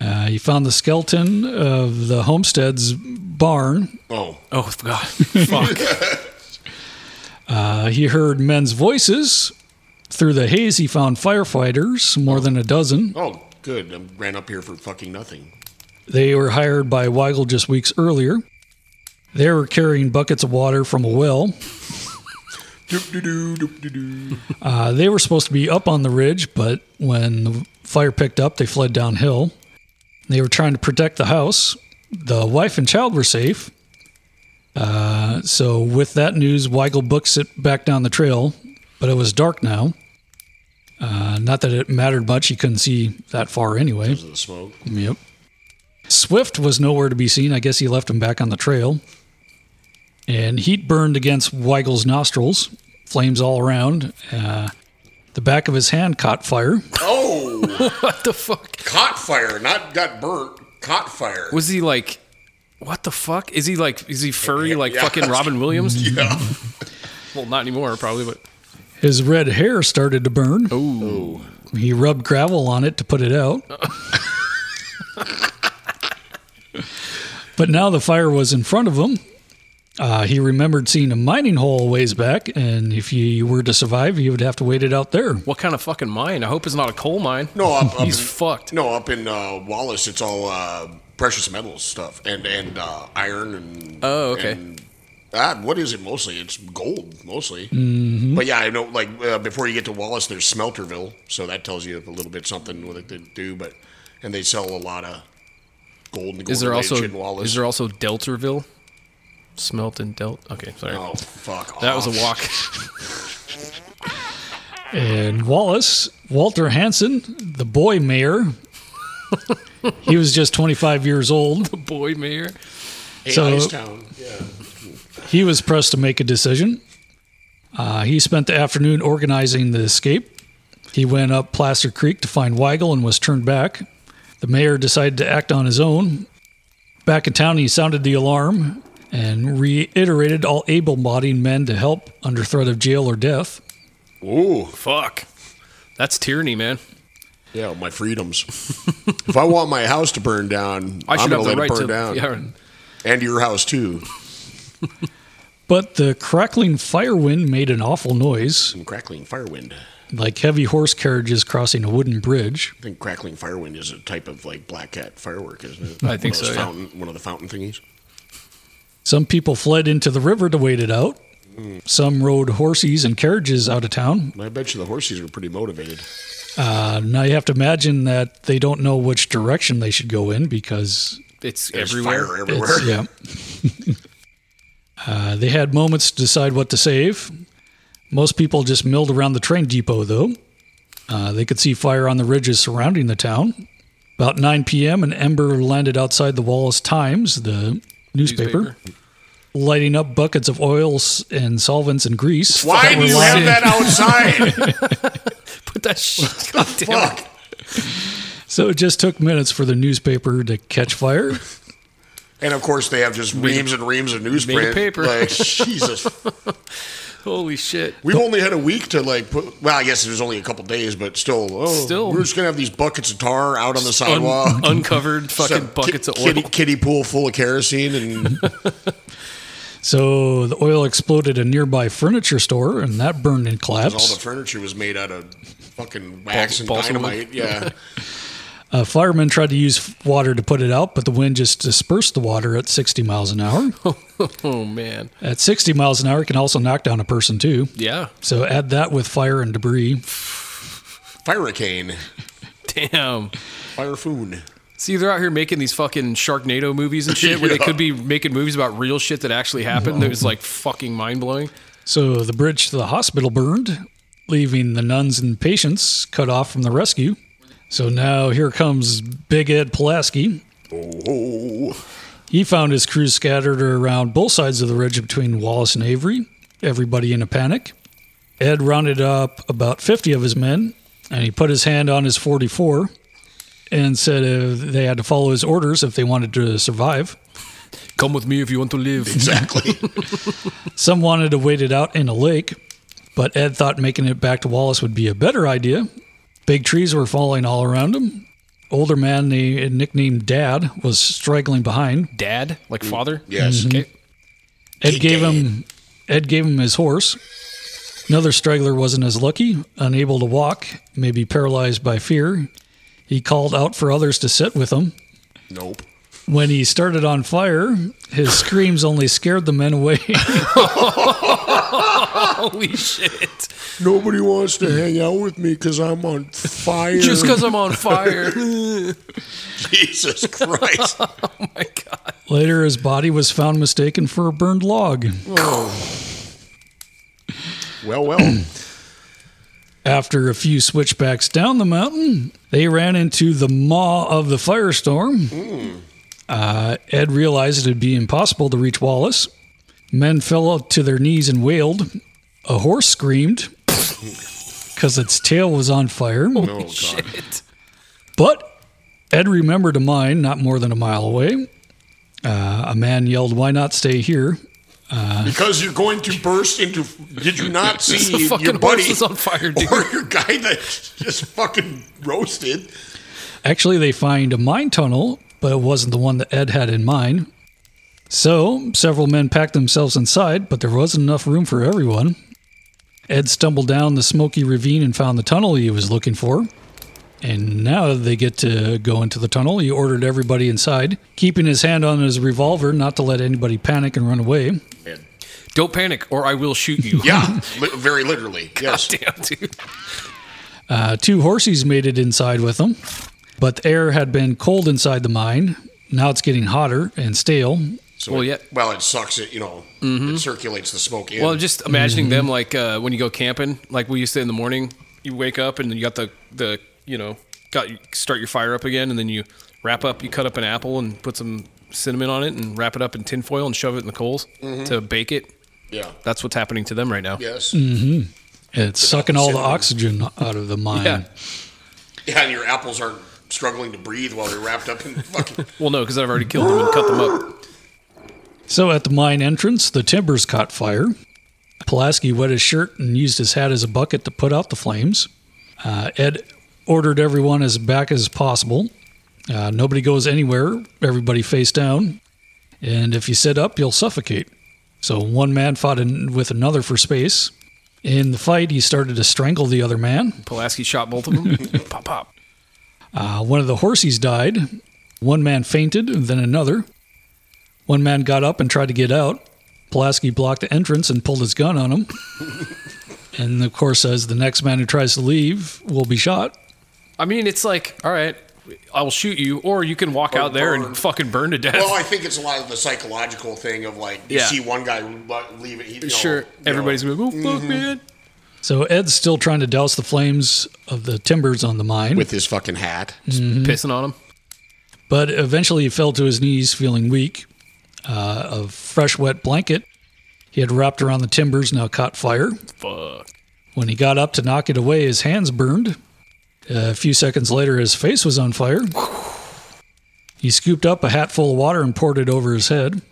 Speaker 6: Uh, he found the skeleton of the homestead's barn.
Speaker 1: Oh,
Speaker 2: Oh god. Fuck.
Speaker 6: Uh, he heard men's voices. Through the haze, he found firefighters, more than a dozen.
Speaker 1: oh, good. I ran up here for fucking nothing.
Speaker 6: They were hired by Weigel just weeks earlier. They were carrying buckets of water from a well.
Speaker 1: Doop, doo, doo, doop, doo, doo.
Speaker 6: Uh, they were supposed to be up on the ridge, but when the fire picked up, they fled downhill. They were trying to protect the house. The wife and child were safe. Uh, so, with that news, Weigel books it back down the trail, but it was dark now. Uh, not that it mattered much. He couldn't see that far anyway.
Speaker 1: The smoke.
Speaker 6: Yep. Swift was nowhere to be seen. I guess he left him back on the trail. And heat burned against Weigel's nostrils, flames all around. Uh, the back of his hand caught fire.
Speaker 1: Oh,
Speaker 2: what the fuck?
Speaker 1: caught fire. Not got burnt. Caught fire.
Speaker 2: Was he like what the fuck? Is he like is he furry like
Speaker 1: Yeah.
Speaker 2: fucking Robin Williams?
Speaker 1: yeah.
Speaker 2: Well, not anymore probably, but
Speaker 6: His red hair started to burn. Oh. He rubbed gravel on it to put it out. but now the fire was in front of him. Uh, he remembered seeing a mining hole a ways back, and if he were to survive, he would have to wait it out there.
Speaker 2: what kind of fucking mine? I hope it's not a coal mine.
Speaker 1: No, up, up
Speaker 2: He's
Speaker 1: in-
Speaker 2: fucked.
Speaker 1: No, up in uh, Wallace, it's all uh, precious metals stuff and and uh, iron and.
Speaker 2: Oh, okay.
Speaker 1: and- ah, what is it mostly? It's gold mostly.
Speaker 2: Mm-hmm.
Speaker 1: But yeah, I know. Like uh, before you get to Wallace, there's Smelterville, so that tells you a little bit something what they do. But and they sell a lot of gold and gold
Speaker 2: Is there also
Speaker 1: in Wallace.
Speaker 2: is there also Delterville? Smelt and Delt. Okay, sorry.
Speaker 1: oh fuck!
Speaker 2: That
Speaker 1: off.
Speaker 2: was a walk.
Speaker 6: And Wallace, Walter Hansen, the boy mayor, he was just 25 years old.
Speaker 2: Boy mayor.
Speaker 1: Hey,
Speaker 6: So-
Speaker 1: Ice Town. Yeah.
Speaker 6: He was pressed to make a decision. Uh, he spent the afternoon organizing the escape. He went up Placer Creek to find Weigel and was turned back. The mayor decided to act on his own. Back in town, he sounded the alarm and reiterated all able bodied men to help under threat of jail or death.
Speaker 1: Ooh,
Speaker 2: Fuck. That's tyranny, man.
Speaker 1: Yeah, oh, my freedoms. if I want my house to burn down,
Speaker 2: I
Speaker 1: I'm going
Speaker 2: should have the
Speaker 1: let
Speaker 2: right
Speaker 1: it burn
Speaker 2: to.
Speaker 1: down.
Speaker 2: Yeah,
Speaker 1: And your house, too.
Speaker 6: But the crackling fire wind made an awful noise,
Speaker 1: And crackling firewind.
Speaker 6: like heavy horse carriages crossing a wooden bridge.
Speaker 1: I think crackling firewind is a type of like black cat firework, isn't it?
Speaker 2: I think
Speaker 1: One of those
Speaker 2: so, yeah.
Speaker 1: Fountain, One of the fountain thingies.
Speaker 6: Some people fled into the river to wait it out. Some rode horses and carriages out of town.
Speaker 1: I bet you the horses are pretty motivated.
Speaker 6: Uh, now you have to imagine that they don't know which direction they should go in because
Speaker 2: it's
Speaker 1: There's
Speaker 2: everywhere.
Speaker 1: fire everywhere.
Speaker 6: it's, yeah. uh, they had moments to decide what to save. Most people just milled around the train depot, though. Uh, they could see fire on the ridges surrounding the town. About 9 p.m., an ember landed outside the Wallace Times, the newspaper, lighting up buckets of oils and solvents and grease.
Speaker 1: Why
Speaker 6: that
Speaker 1: do
Speaker 6: were
Speaker 1: you
Speaker 6: lined-
Speaker 1: have that outside?
Speaker 2: Put that shit. God damn it.
Speaker 1: Fuck.
Speaker 6: So it just took minutes for the newspaper to catch fire.
Speaker 1: And of course, they have just reams and reams of newsprint.
Speaker 2: paper.
Speaker 1: Like, Jesus.
Speaker 2: Holy shit.
Speaker 1: We've only had a week to like put. Well, I guess it was only a couple days, but still. Oh,
Speaker 2: Still.
Speaker 1: We're just going to have these buckets of tar out on the
Speaker 2: Un-
Speaker 1: sidewalk.
Speaker 2: uncovered
Speaker 1: Some
Speaker 2: fucking
Speaker 1: ki-
Speaker 2: buckets of
Speaker 1: Kiddie,
Speaker 2: oil.
Speaker 1: kiddie pool full of kerosene and
Speaker 6: So the oil exploded a nearby furniture store, and that burned
Speaker 1: all
Speaker 6: in
Speaker 1: the
Speaker 6: collapse.
Speaker 1: furniture was made out of fucking wax and
Speaker 2: balsa wood.
Speaker 1: dynamite. Yeah.
Speaker 6: A fireman Uh, tried to use water to put it out, but the wind just dispersed the water at 60 miles an hour.
Speaker 2: Oh man.
Speaker 6: at 60 miles an hour, it can also knock down a person too.
Speaker 2: Yeah.
Speaker 6: So add that with fire and debris.
Speaker 1: Firecane.
Speaker 2: Damn.
Speaker 1: Firefoon.
Speaker 2: See, they're out here making these fucking Sharknado movies and shit where they
Speaker 1: Yeah.
Speaker 2: could be making movies about real shit that actually happened that was like fucking mind blowing.
Speaker 6: So the bridge to the hospital burned, leaving the nuns and patients cut off from the rescue. So now here comes Big Ed Pulaski.
Speaker 1: Oh,
Speaker 6: He found his crew scattered around both sides of the ridge between Wallace and Avery, everybody in a panic. Ed rounded up about 50 of his men and he put his hand on his 44 and said uh, they had to follow his orders if they wanted to survive.
Speaker 2: Come with me if you want to live.
Speaker 1: exactly.
Speaker 6: Some wanted to wait it out in a lake, but Ed thought making it back to Wallace would be a better idea. Big trees were falling all around him. Older man, they nicknamed Dad, was straggling behind,
Speaker 2: Dad, like father.
Speaker 1: yes.
Speaker 2: Okay.
Speaker 6: Ed gave him Ed gave him his horse. Another straggler wasn't as lucky, unable to walk, maybe paralyzed by fear. He called out for others to sit with him.
Speaker 1: Nope.
Speaker 6: When he started on fire, his screams only scared the men away.
Speaker 2: Holy shit.
Speaker 1: Nobody wants to hang out with me because I'm on fire.
Speaker 2: Just because I'm on fire.
Speaker 1: Jesus Christ.
Speaker 2: my God.
Speaker 6: Later, his body was found mistaken for a burned log.
Speaker 1: well, well.
Speaker 6: After a few switchbacks down the mountain, they ran into the maw of the firestorm. Uh, Ed realized it would be impossible to reach Wallace. Men fell to their knees and wailed. A horse screamed because its tail was on fire.
Speaker 1: Oh, God.
Speaker 2: Shit.
Speaker 6: But Ed remembered a mine not more than a mile away. Uh, a man yelled, Why not stay here?
Speaker 1: Because you're going to burst into. Did you not see
Speaker 2: fucking
Speaker 1: your buddy
Speaker 2: horse is on fire, dude.
Speaker 1: or your guy that just fucking roasted?
Speaker 6: Actually, they find a mine tunnel, but it wasn't the one that Ed had in mind. So, several men packed themselves inside, but there wasn't enough room for everyone. Ed stumbled down the smoky ravine and found the tunnel he was looking for. And now they get to go into the tunnel. He ordered everybody inside, keeping his hand on his revolver not to let anybody panic and run away.
Speaker 1: And-
Speaker 2: Don't panic or I will shoot you.
Speaker 1: yeah, li- very literally. Yes.
Speaker 2: Damn, dude.
Speaker 6: Uh, two horses made it inside with them, but the air had been cold inside the mine. Now it's getting hotter and stale,
Speaker 1: So
Speaker 2: Well,
Speaker 1: it-
Speaker 2: yeah. Mm-hmm.
Speaker 1: Well, it sucks. It you know it circulates the smoke in.
Speaker 2: Well, just imagining them
Speaker 1: Mm-hmm.
Speaker 2: like uh, when you go camping, like we used to in the morning. You wake up and you got the the you know got you start your fire up again, and then you wrap up. You cut up an apple and put some cinnamon on it, and wrap it up in tin foil and shove it in the coals
Speaker 1: Mm-hmm.
Speaker 2: to bake it.
Speaker 1: yeah.
Speaker 2: That's what's happening to them right now.
Speaker 1: Yes.
Speaker 6: It's sucking all the oxygen out of the mine.
Speaker 2: Yeah.
Speaker 1: Yeah, and your apples aren't struggling to breathe while they're wrapped up in fucking.
Speaker 2: Well, no, because I've already killed them and cut them up.
Speaker 6: So at the mine entrance, the timbers caught fire. Pulaski wet his shirt and used his hat as a bucket to put out the flames. Uh, Ed ordered everyone as back as possible. Uh, nobody goes anywhere, everybody face down. And if you sit up, you'll suffocate. So one man fought in, with another for space. In the fight, he started to strangle the other man.
Speaker 2: Pulaski shot both of them. pop, pop.
Speaker 6: Uh, one of the horses died. One man fainted, then another. One man got up and tried to get out. Pulaski blocked the entrance and pulled his gun on him. and of course, says the next man who tries to leave will be shot.
Speaker 2: I mean, it's like, all right, I will shoot you, or you can walk out there
Speaker 1: burn.
Speaker 2: and fucking burn to death.
Speaker 1: Well, I think it's a lot of the psychological thing of like you
Speaker 2: Yeah.
Speaker 1: see one guy le- leave it. He, you know,
Speaker 2: sure,
Speaker 1: you know, Mm-hmm.
Speaker 2: everybody's gonna go, oh, fuck, man.
Speaker 6: So Ed's still trying to douse the flames of the timbers on the mine,
Speaker 1: with his fucking hat.
Speaker 2: Pissing on him.
Speaker 6: but eventually he fell to his knees, feeling weak. Uh, a fresh, wet blanket he had wrapped around the timbers now caught fire.
Speaker 2: Fuck.
Speaker 6: When he got up to knock it away, his hands burned. A few seconds later, his face was on fire. He scooped up a hat full of water and poured it over his head.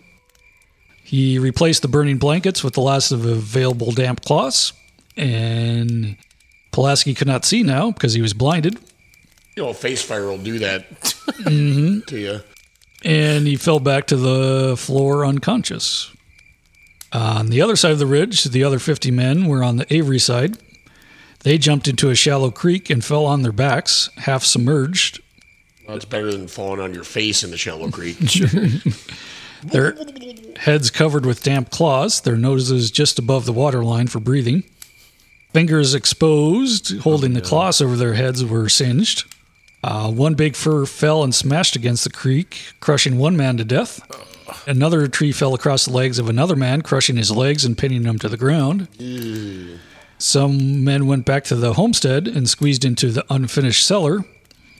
Speaker 6: He replaced the burning blankets with the last of available damp cloths, and Pulaski could not see now because he was blinded,
Speaker 1: You know, a face fire will do that
Speaker 2: Mm-hmm.
Speaker 1: to you.
Speaker 6: and he fell back to the floor unconscious. On the other side of the ridge, the other 50 men were on the Avery side. They jumped into a shallow creek and fell on their backs, half submerged,
Speaker 1: Well, it's better than falling on your face in the shallow creek.
Speaker 6: Their heads covered with damp claws, their noses just above the water line for breathing. Fingers exposed, holding the claws over their heads, were singed. Uh, one big fir fell and smashed against the creek, crushing one man to death. Another tree fell across the legs of another man, crushing his legs and pinning him to the ground. Some men went back to the homestead and squeezed into the unfinished cellar.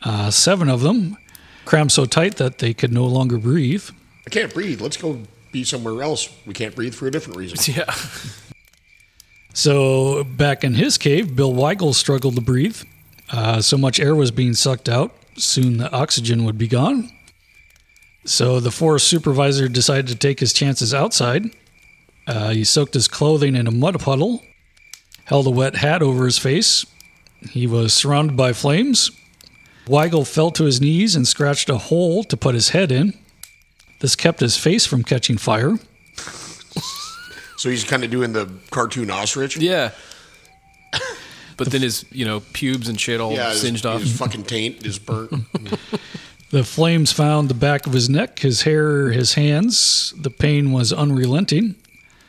Speaker 6: Uh, seven of them crammed so tight that they could no longer breathe.
Speaker 1: I can't breathe. Let's go be somewhere else. We can't breathe for a different reason.
Speaker 2: Yeah.
Speaker 6: So back in his cave, Bill Weigel struggled to breathe. Uh, so much air was being sucked out. Soon the oxygen would be gone. So the forest supervisor decided to take his chances outside. Uh, he soaked his clothing in a mud puddle, held a wet hat over his face. He was surrounded by flames. Weigel fell to his knees and scratched a hole to put his head in. This kept his face from catching fire.
Speaker 1: So he's kind of doing the cartoon ostrich.
Speaker 2: Yeah. But then his, you know, pubes and shit all
Speaker 1: Yeah, his,
Speaker 2: singed off.
Speaker 1: his fucking taint is burnt.
Speaker 6: The flames found the back of his neck, his hair, his hands. The pain was unrelenting.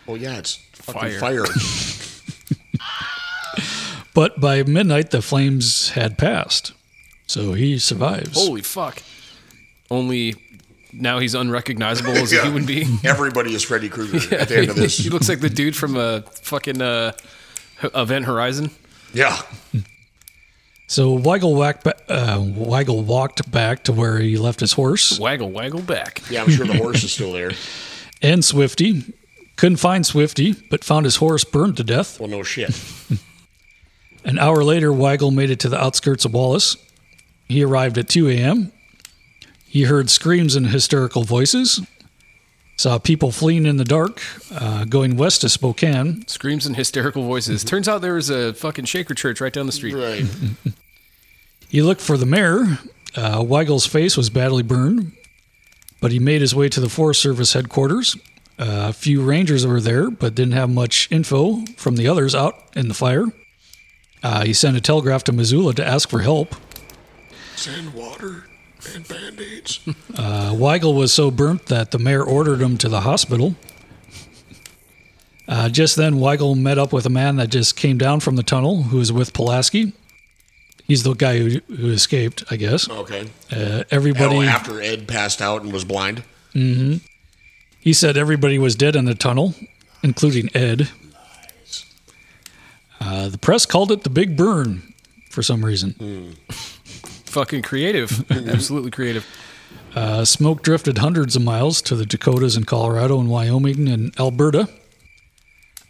Speaker 1: well, yeah, it's fucking fire.
Speaker 2: Fire.
Speaker 6: But by midnight, the flames had passed. So he survives.
Speaker 2: Holy fuck. Only now he's unrecognizable as
Speaker 1: Yeah.
Speaker 2: a human being.
Speaker 1: Everybody is Freddy Krueger at the end of this.
Speaker 2: he looks like the dude from a fucking uh, H- Event Horizon.
Speaker 1: Yeah.
Speaker 6: So Weigel, whacked ba- uh, Weigel walked back to where he left his horse
Speaker 2: Waggle, waggle back.
Speaker 1: Yeah, I'm sure the horse is still there.
Speaker 6: and Swifty. Couldn't find Swifty, but found his horse burned to death.
Speaker 1: Well, no shit.
Speaker 6: An hour later, Weigel made it to the outskirts of Wallace. He arrived at 2 a.m. He heard screams and hysterical voices, saw people fleeing in the dark, uh, going west to Spokane.
Speaker 2: Screams and hysterical voices. Turns out there was a fucking Shaker church right down the street.
Speaker 1: Mm-hmm. Right.
Speaker 6: He looked for the mayor. Uh, Weigel's face was badly burned, but he made his way to the Forest Service headquarters. Uh, a few rangers were there, but didn't have much info from the others out in the fire. Uh, he sent a telegraph to Missoula to ask for help.
Speaker 1: Send water and band aids.
Speaker 6: Uh, Weigel was so burnt that the mayor ordered him to the hospital. Uh, just then, Weigel met up with a man that just came down from the tunnel who was with Pulaski. He's the guy who, who escaped, I guess.
Speaker 1: Okay.
Speaker 6: Uh,
Speaker 1: Oh,
Speaker 6: everybody,
Speaker 1: after Ed passed out and was blind.
Speaker 6: he said everybody was dead in the tunnel, including Ed. Uh, the press called it the Big Burn for some reason.
Speaker 2: Fucking creative.
Speaker 1: Mm-hmm.
Speaker 2: Absolutely creative.
Speaker 6: Uh, smoke drifted hundreds of miles to the Dakotas and Colorado and Wyoming and Alberta.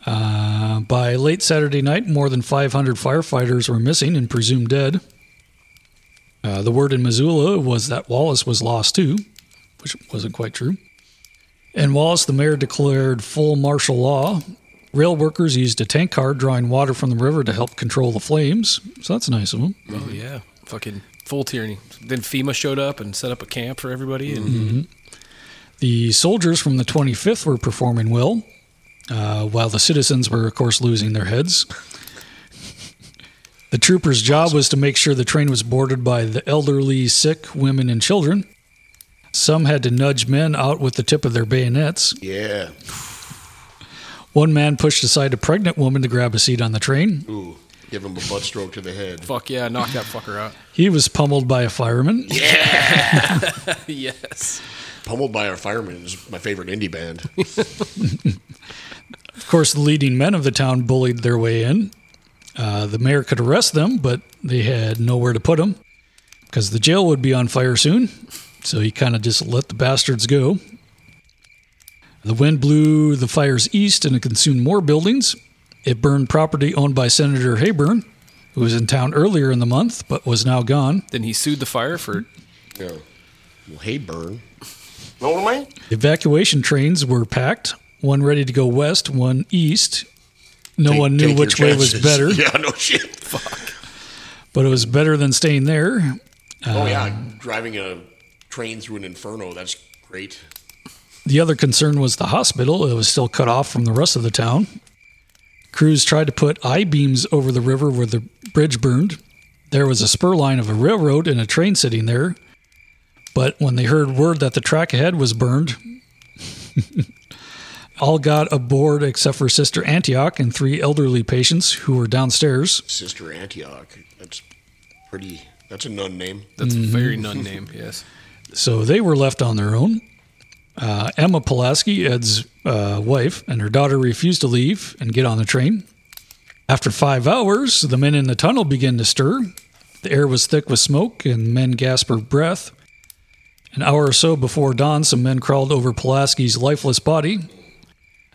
Speaker 6: Uh, by late Saturday night, more than 500 firefighters were missing and presumed dead. Uh, the word in Missoula was that Wallace was lost too, which wasn't quite true. In Wallace, the mayor declared full martial law. Rail workers used a tank car drawing water from the river to help control the flames. So that's nice of them.
Speaker 2: Oh, yeah. fucking full tyranny. Then FEMA showed up and set up a camp for everybody, and
Speaker 1: Mm-hmm.
Speaker 6: The soldiers from the 25th were performing well, uh, while the citizens were, of course, losing their heads. The trooper's job was to make sure the train was boarded by the elderly, sick, women, and children. Some had to nudge men out with the tip of their bayonets.
Speaker 1: Yeah.
Speaker 6: One man pushed aside a pregnant woman to grab a seat on the train.
Speaker 1: Ooh. Give him a butt stroke to the head.
Speaker 2: fuck yeah, knock that fucker out.
Speaker 6: He was pummeled by a fireman.
Speaker 2: yes.
Speaker 1: Pummeled by our firemen is my favorite indie band.
Speaker 6: Of course, the leading men of the town bullied their way in. Uh, the mayor could arrest them, but they had nowhere to put them because the jail would be on fire soon. So he kind of just let the bastards go. The wind blew the fires east and it consumed more buildings. It burned property owned by Senator Hayburn, who was in town earlier in the month but was now gone.
Speaker 2: Then he sued the fire for
Speaker 1: yeah. Well, hey, Burn.
Speaker 6: The evacuation trains were packed, one ready to go west, one east. No one knew which way was better,
Speaker 1: Yeah, no shit.
Speaker 6: but it was better than staying there.
Speaker 1: Oh yeah,
Speaker 6: Uh,
Speaker 1: driving a train through an inferno. That's great.
Speaker 6: The other concern was the hospital. It was still cut off from the rest of the town. Crews tried to put I beams over the river where the bridge burned. There was a spur line of a railroad and a train sitting there. But when they heard word that the track ahead was burned, all got aboard except for Sister Antioch and three elderly patients who were downstairs.
Speaker 1: Sister Antioch. That's pretty. That's a nun name.
Speaker 2: that's a very nun name. Yes.
Speaker 6: So they were left on their own. Uh, Emma Pulaski, Ed's uh, wife, and her daughter refused to leave and get on the train. After five hours, the men in the tunnel began to stir. The air was thick with smoke, and men gasped for breath. An hour or so before dawn, some men crawled over Pulaski's lifeless body.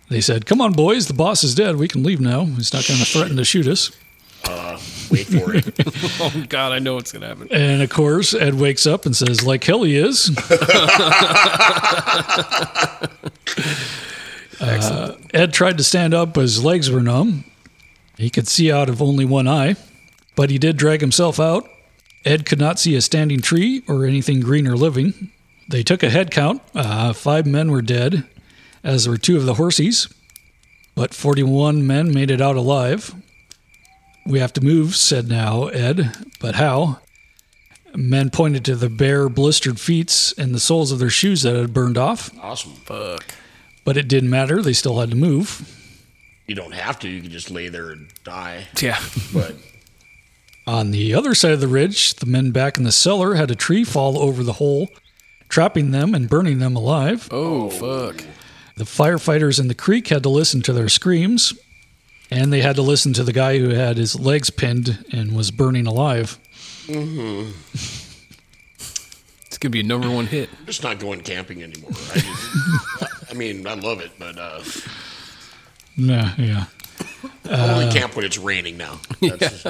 Speaker 6: They said, Come on, boys, the boss is dead. We can leave now. He's not going to threaten to shoot us.
Speaker 1: Wait for it.
Speaker 2: Oh God, I know what's gonna happen.
Speaker 6: And of course, Ed wakes up and says, Like hell he is. Uh, Ed tried to stand up, but his legs were numb. He could see out of only one eye, but he did drag himself out. Ed could not see a standing tree or anything green or living. They took a head count. Uh, five men were dead, as were two of the horses, but 41 men made it out alive. We have to move, said now Ed, but how? Men pointed to the bare, blistered feet and the soles of their shoes that had burned off,
Speaker 1: awesome.
Speaker 6: but it didn't matter. They still had to move.
Speaker 1: You don't have to. You can just lay there and die.
Speaker 2: Yeah.
Speaker 1: But
Speaker 6: On the other side of the ridge, the men back in the cellar had a tree fall over the hole, trapping them and burning them alive.
Speaker 2: Oh, fuck.
Speaker 6: The firefighters in the creek had to listen to their screams, and they had to listen to the guy who had his legs pinned and was burning alive.
Speaker 2: It's gonna be a number one hit.
Speaker 1: I'm just not going camping anymore. I, just- I mean, I love it, but uh,
Speaker 6: Nah, yeah.
Speaker 2: Uh,
Speaker 1: only camp when it's raining now. That's,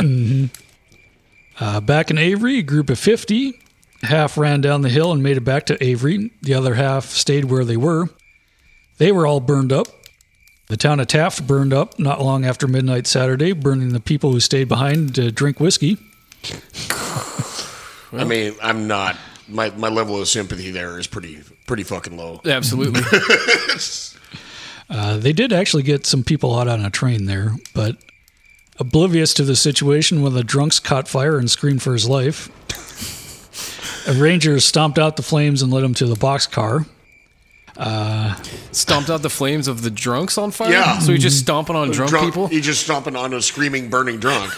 Speaker 6: Uh, back in Avery, a group of 50. Half ran down the hill and made it back to Avery. The other half stayed where they were. They were all burned up. The town of Taft burned up not long after midnight Saturday, burning the people who stayed behind to drink whiskey.
Speaker 1: I mean, I'm not. My, my level of sympathy there is pretty pretty fucking low.
Speaker 2: Absolutely.
Speaker 6: Uh, they did actually get some people out on a train there, but oblivious to the situation when the drunks caught fire and screamed for his life, a ranger stomped out the flames and led him to the boxcar.
Speaker 2: Stomped out the flames of the drunks on fire.
Speaker 1: Yeah.
Speaker 2: So he's just stomping on drunk, people.
Speaker 1: You just stomping on a screaming, burning drunk.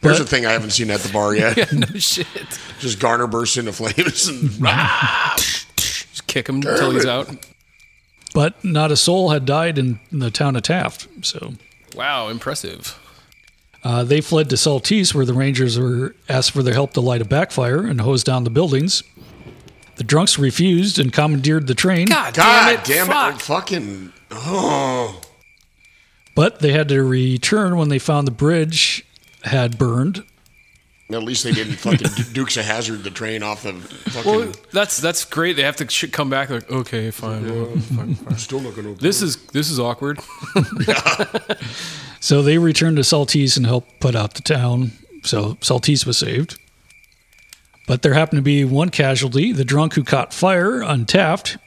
Speaker 1: There's a thing I haven't seen at the bar yet.
Speaker 2: no shit.
Speaker 1: Just Garner bursts into flames and
Speaker 2: Just kick him until he's out.
Speaker 6: but not a soul had died in the town of Taft. So
Speaker 2: Wow, impressive.
Speaker 6: uh, they fled to Saltese, where the Rangers were asked for their help to light a backfire and hose down the buildings. The drunks refused and commandeered the train,
Speaker 2: God,
Speaker 1: God
Speaker 2: damn
Speaker 1: damn
Speaker 2: it.
Speaker 1: it,
Speaker 2: fuck.
Speaker 1: I'm fucking oh
Speaker 6: but they had to return when they found the bridge had burned.
Speaker 1: at least they didn't fucking du- Dukes of Hazard the train off of fucking
Speaker 2: Well, that's that's great. They have to sh- come back like, okay, fine. well, fine, fine.
Speaker 1: still not gonna
Speaker 2: This is this is awkward.
Speaker 6: So they returned to Saltese and helped put out the town. so Saltese was saved. But there happened to be one casualty the drunk who caught fire, untapped.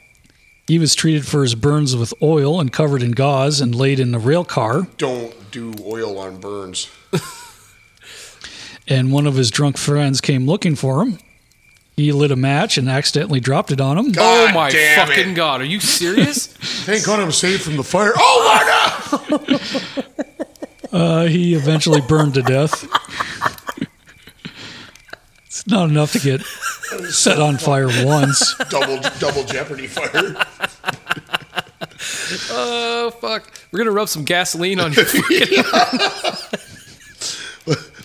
Speaker 6: He was treated for his burns with oil and covered in gauze and laid in a rail car.
Speaker 1: Don't do oil on burns.
Speaker 6: And one of his drunk friends came looking for him. He lit a match and accidentally dropped it on him.
Speaker 2: Oh
Speaker 1: God
Speaker 2: my
Speaker 1: damn
Speaker 2: fucking
Speaker 1: it.
Speaker 2: god! Are you serious?
Speaker 1: Thank God I'm saved from the fire. Oh my God!
Speaker 6: Uh, he eventually burned to death. it's not enough to get set on fire once.
Speaker 1: double double Jeopardy fire.
Speaker 2: oh fuck! We're gonna rub some gasoline on your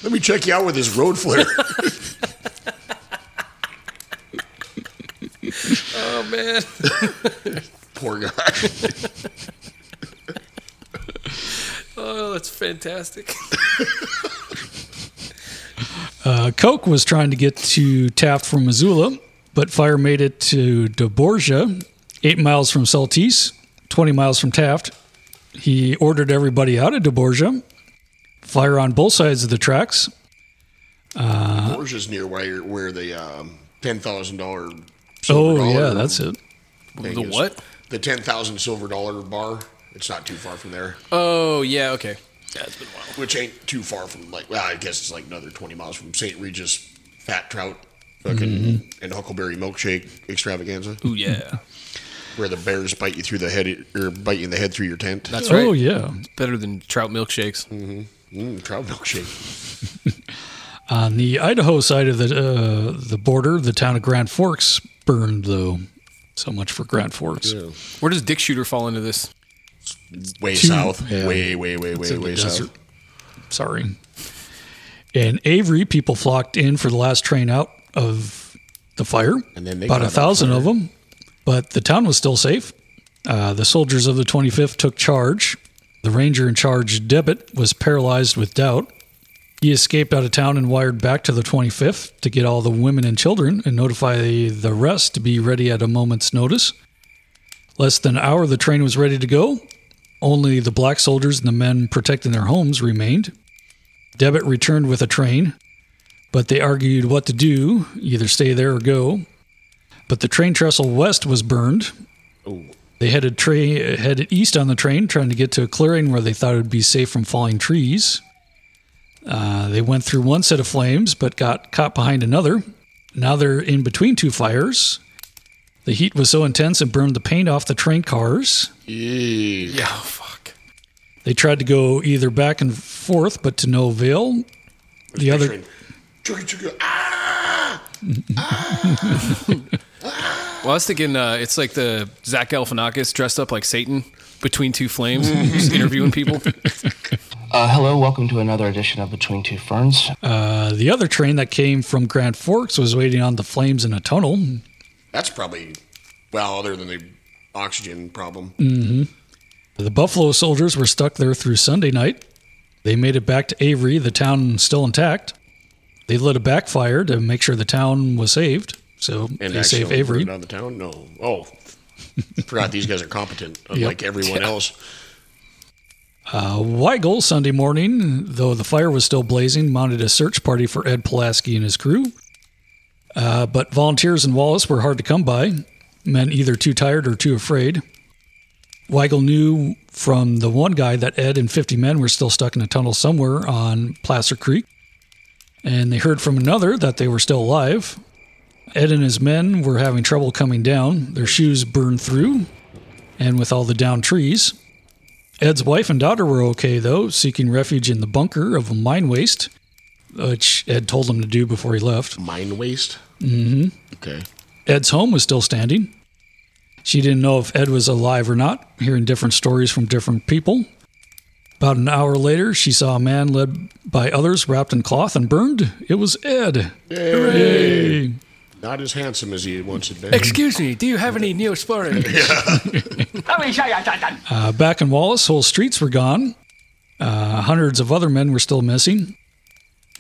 Speaker 1: Let me check you out with this road flare.
Speaker 2: oh man.
Speaker 1: Poor guy.
Speaker 2: Oh, that's fantastic.
Speaker 6: Uh, Koch was trying to get to Taft from Missoula, but fire made it to DeBorgia, eight miles from Saltese, 20 miles from Taft. He ordered everybody out of DeBorgia, fire on both sides of the tracks.
Speaker 1: Borgia's near where where the um, ten thousand dollar.
Speaker 6: Oh, yeah, that's it.
Speaker 2: The what?
Speaker 1: The ten thousand silver dollar bar. It's not too far from there,
Speaker 2: Oh yeah. Okay.
Speaker 1: which ain't too far from like. Well, I guess it's like another twenty miles from St. Regis Fat Trout, fucking
Speaker 6: Mm-hmm.
Speaker 1: and Huckleberry Milkshake Extravaganza,
Speaker 2: Ooh yeah.
Speaker 1: where the bears bite you through the head or bite you in the head through your tent.
Speaker 2: That's right.
Speaker 6: Oh, yeah.
Speaker 2: Better than trout milkshakes.
Speaker 1: mm, trout milkshake.
Speaker 6: On the Idaho side of the uh, the border, the town of Grand Forks burned, though. So much for Grand Forks.
Speaker 2: Where does Dick Shooter fall into this?
Speaker 1: Way
Speaker 6: Two-
Speaker 1: south.
Speaker 6: yeah.
Speaker 1: Way way way way
Speaker 6: in the
Speaker 1: way south.
Speaker 6: desert. Sorry. In Avery, people flocked in for the last train out of the fire.
Speaker 1: And then they
Speaker 6: about
Speaker 1: caught
Speaker 6: a
Speaker 1: on
Speaker 6: thousand of them, but the town was still safe. Uh, the soldiers of the 25th took charge. The ranger in charge, Debbitt, was paralyzed with doubt. He escaped out of town and wired back to the 25th to get all the women and children and notify the rest to be ready at a moment's notice. Less than an hour, the train was ready to go. Only the black soldiers and the men protecting their homes remained. Debbitt returned with a train, but they argued what to do either stay there or go. But the train trestle west was burned. They headed, tra- headed east on the train, trying to get to a clearing where they thought it would be safe from falling trees. Uh, they went through one set of flames, but got caught behind another. Now they're in between two fires. The heat was so intense it burned the paint off the train cars.
Speaker 2: Yeah. Oh, fuck.
Speaker 6: They tried to go either back and forth, but to no avail. The other,
Speaker 1: Train. Chugga, chugga, ah!
Speaker 2: Well, I was thinking uh, it's like the Zach Galifianakis dressed up like Satan between two flames, just interviewing people.
Speaker 10: Uh, hello, welcome to another edition of Between Two Ferns.
Speaker 6: uh, the other train that came from Grand Forks was waiting on the flames in a tunnel.
Speaker 1: That's probably well, other than the oxygen
Speaker 6: Mm.
Speaker 1: problem.
Speaker 6: The Buffalo soldiers were stuck there through Sunday night. They made it back to Avery, the town still intact. They lit a backfire to make sure the town was saved. So they
Speaker 1: actually
Speaker 6: saved
Speaker 1: I'm
Speaker 6: Avery.
Speaker 1: running Out of the town? No. Oh, forgot these guys are competent, unlike everyone else.
Speaker 6: Uh, Weigel, Sunday morning, though the fire was still blazing, mounted a search party for Ed Pulaski and his crew. Uh, but volunteers in Wallace were hard to come by, men either too tired or too afraid. Weigel knew from the one guy that Ed and 50 men were still stuck in a tunnel somewhere on Placer Creek. And they heard from another that they were still alive. Ed and his men were having trouble coming down, their shoes burned through, and with all the downed trees. Ed's wife and daughter were okay, though, seeking refuge in the bunker of a mine waste, which Ed told them to do before he left.
Speaker 1: Mine waste. Mm-hmm. Okay.
Speaker 6: Ed's home was still standing. She didn't know if Ed was alive or not, hearing different stories from different people. About an hour later, she saw a man led by others wrapped in cloth and burned. It was Ed. Hooray!
Speaker 1: Not as handsome as he once had been.
Speaker 2: Excuse me, do you have any neosporin?
Speaker 6: Uh, back in Wallace, whole streets were gone. Uh, hundreds of other men were still missing.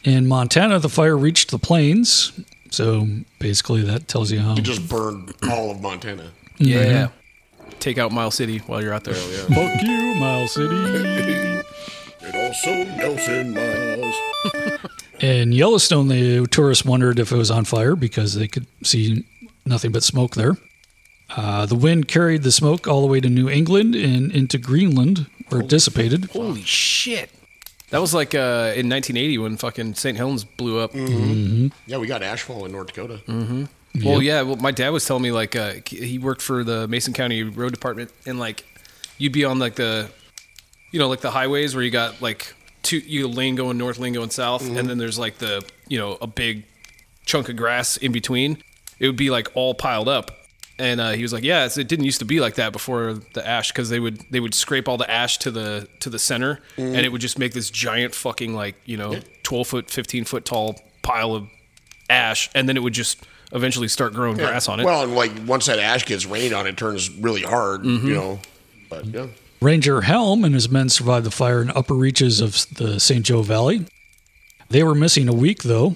Speaker 6: In Montana, the fire reached the plains. So basically, that tells you how.
Speaker 1: He just burned all of Montana.
Speaker 2: yeah. Take out Mile City while you're out there.
Speaker 6: Fuck you, Mile City.
Speaker 1: It also Nelson Miles.
Speaker 6: In Yellowstone, the tourists wondered if it was on fire because they could see nothing but smoke there. Uh, the wind carried the smoke all the way to New England and into Greenland, where it dissipated.
Speaker 2: Holy shit. That was like uh, in 1980 when fucking St. Helens blew up.
Speaker 1: Yeah, we got ashfall in North Dakota.
Speaker 2: Mm. Well, yeah. Well, my dad was telling me like uh, he worked for the Mason County Road Department, and like you'd be on like the, you know, like the highways where you got like two you lane going north, lane going south, and then there's like the you know a big chunk of grass in between. It would be like all piled up, and uh, he was like, yeah, it's, it didn't used to be like that before the ash because they would they would scrape all the ash to the to the center, and it would just make this giant fucking like you know twelve foot, fifteen foot tall pile of ash, and then it would just eventually start growing grass on it.
Speaker 1: Well, and like once that ash gets rained on, it turns really hard,
Speaker 6: Mm-hmm.
Speaker 1: you know. But yeah,
Speaker 6: Ranger Helm and his men survived the fire in upper reaches of the St. Joe Valley. They were missing a week, though,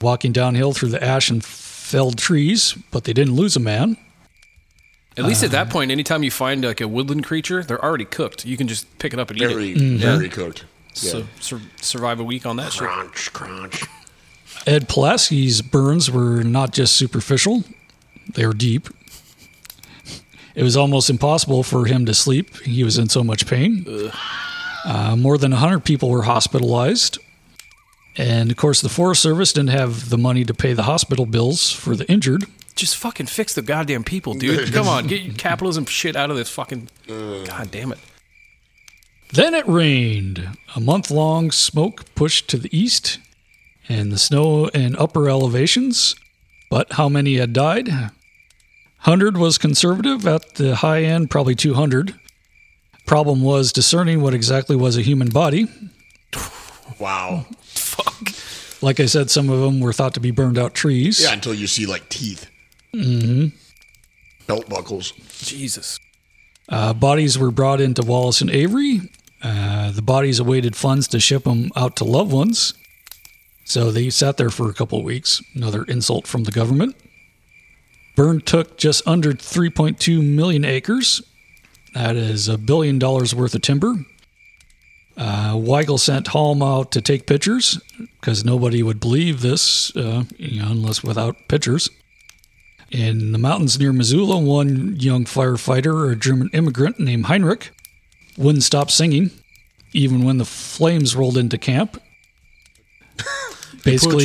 Speaker 6: walking downhill through the ash and felled trees, but they didn't lose a man.
Speaker 2: At least at
Speaker 1: Um,
Speaker 2: that point, anytime you find like a woodland creature, they're already cooked. You can just pick it up and eat
Speaker 1: very,
Speaker 2: it.
Speaker 1: very cooked. Yeah.
Speaker 2: So sur- survive a week on that shit.
Speaker 1: crunch, crunch.
Speaker 6: Ed Pulaski's burns were not just superficial, they were deep. It was almost impossible for him to sleep. He was in so much pain. Uh, more than 100 people were hospitalized. And of course, the Forest Service didn't have the money to pay the hospital bills for the injured.
Speaker 2: Just fucking fix the goddamn people, dude. Come on, get your capitalism shit out of this fucking.
Speaker 1: Uh.
Speaker 2: God damn it.
Speaker 6: Then it rained. A month long smoke pushed to the east and the snow in upper elevations. But how many had died? 100 was conservative, at the high end, probably 200. Problem was discerning what exactly was a human body.
Speaker 1: Wow.
Speaker 2: Fuck.
Speaker 6: Like I said, some of them were thought to be burned out trees.
Speaker 1: Yeah, until you see like teeth. Mm-hmm. Belt buckles.
Speaker 2: Jesus.
Speaker 6: Uh, bodies were brought into Wallace and Avery. Uh, the bodies awaited funds to ship them out to loved ones. So they sat there for a couple of weeks. Another insult from the government. Burn took just under 3.2 million acres. That is a billion dollars worth of timber. Uh, Weigel sent Halm out to take pictures because nobody would believe this uh, you know, unless without pictures. In the mountains near Missoula, one young firefighter, a German immigrant named Heinrich, wouldn't stop singing, even when the flames rolled into camp. Basically,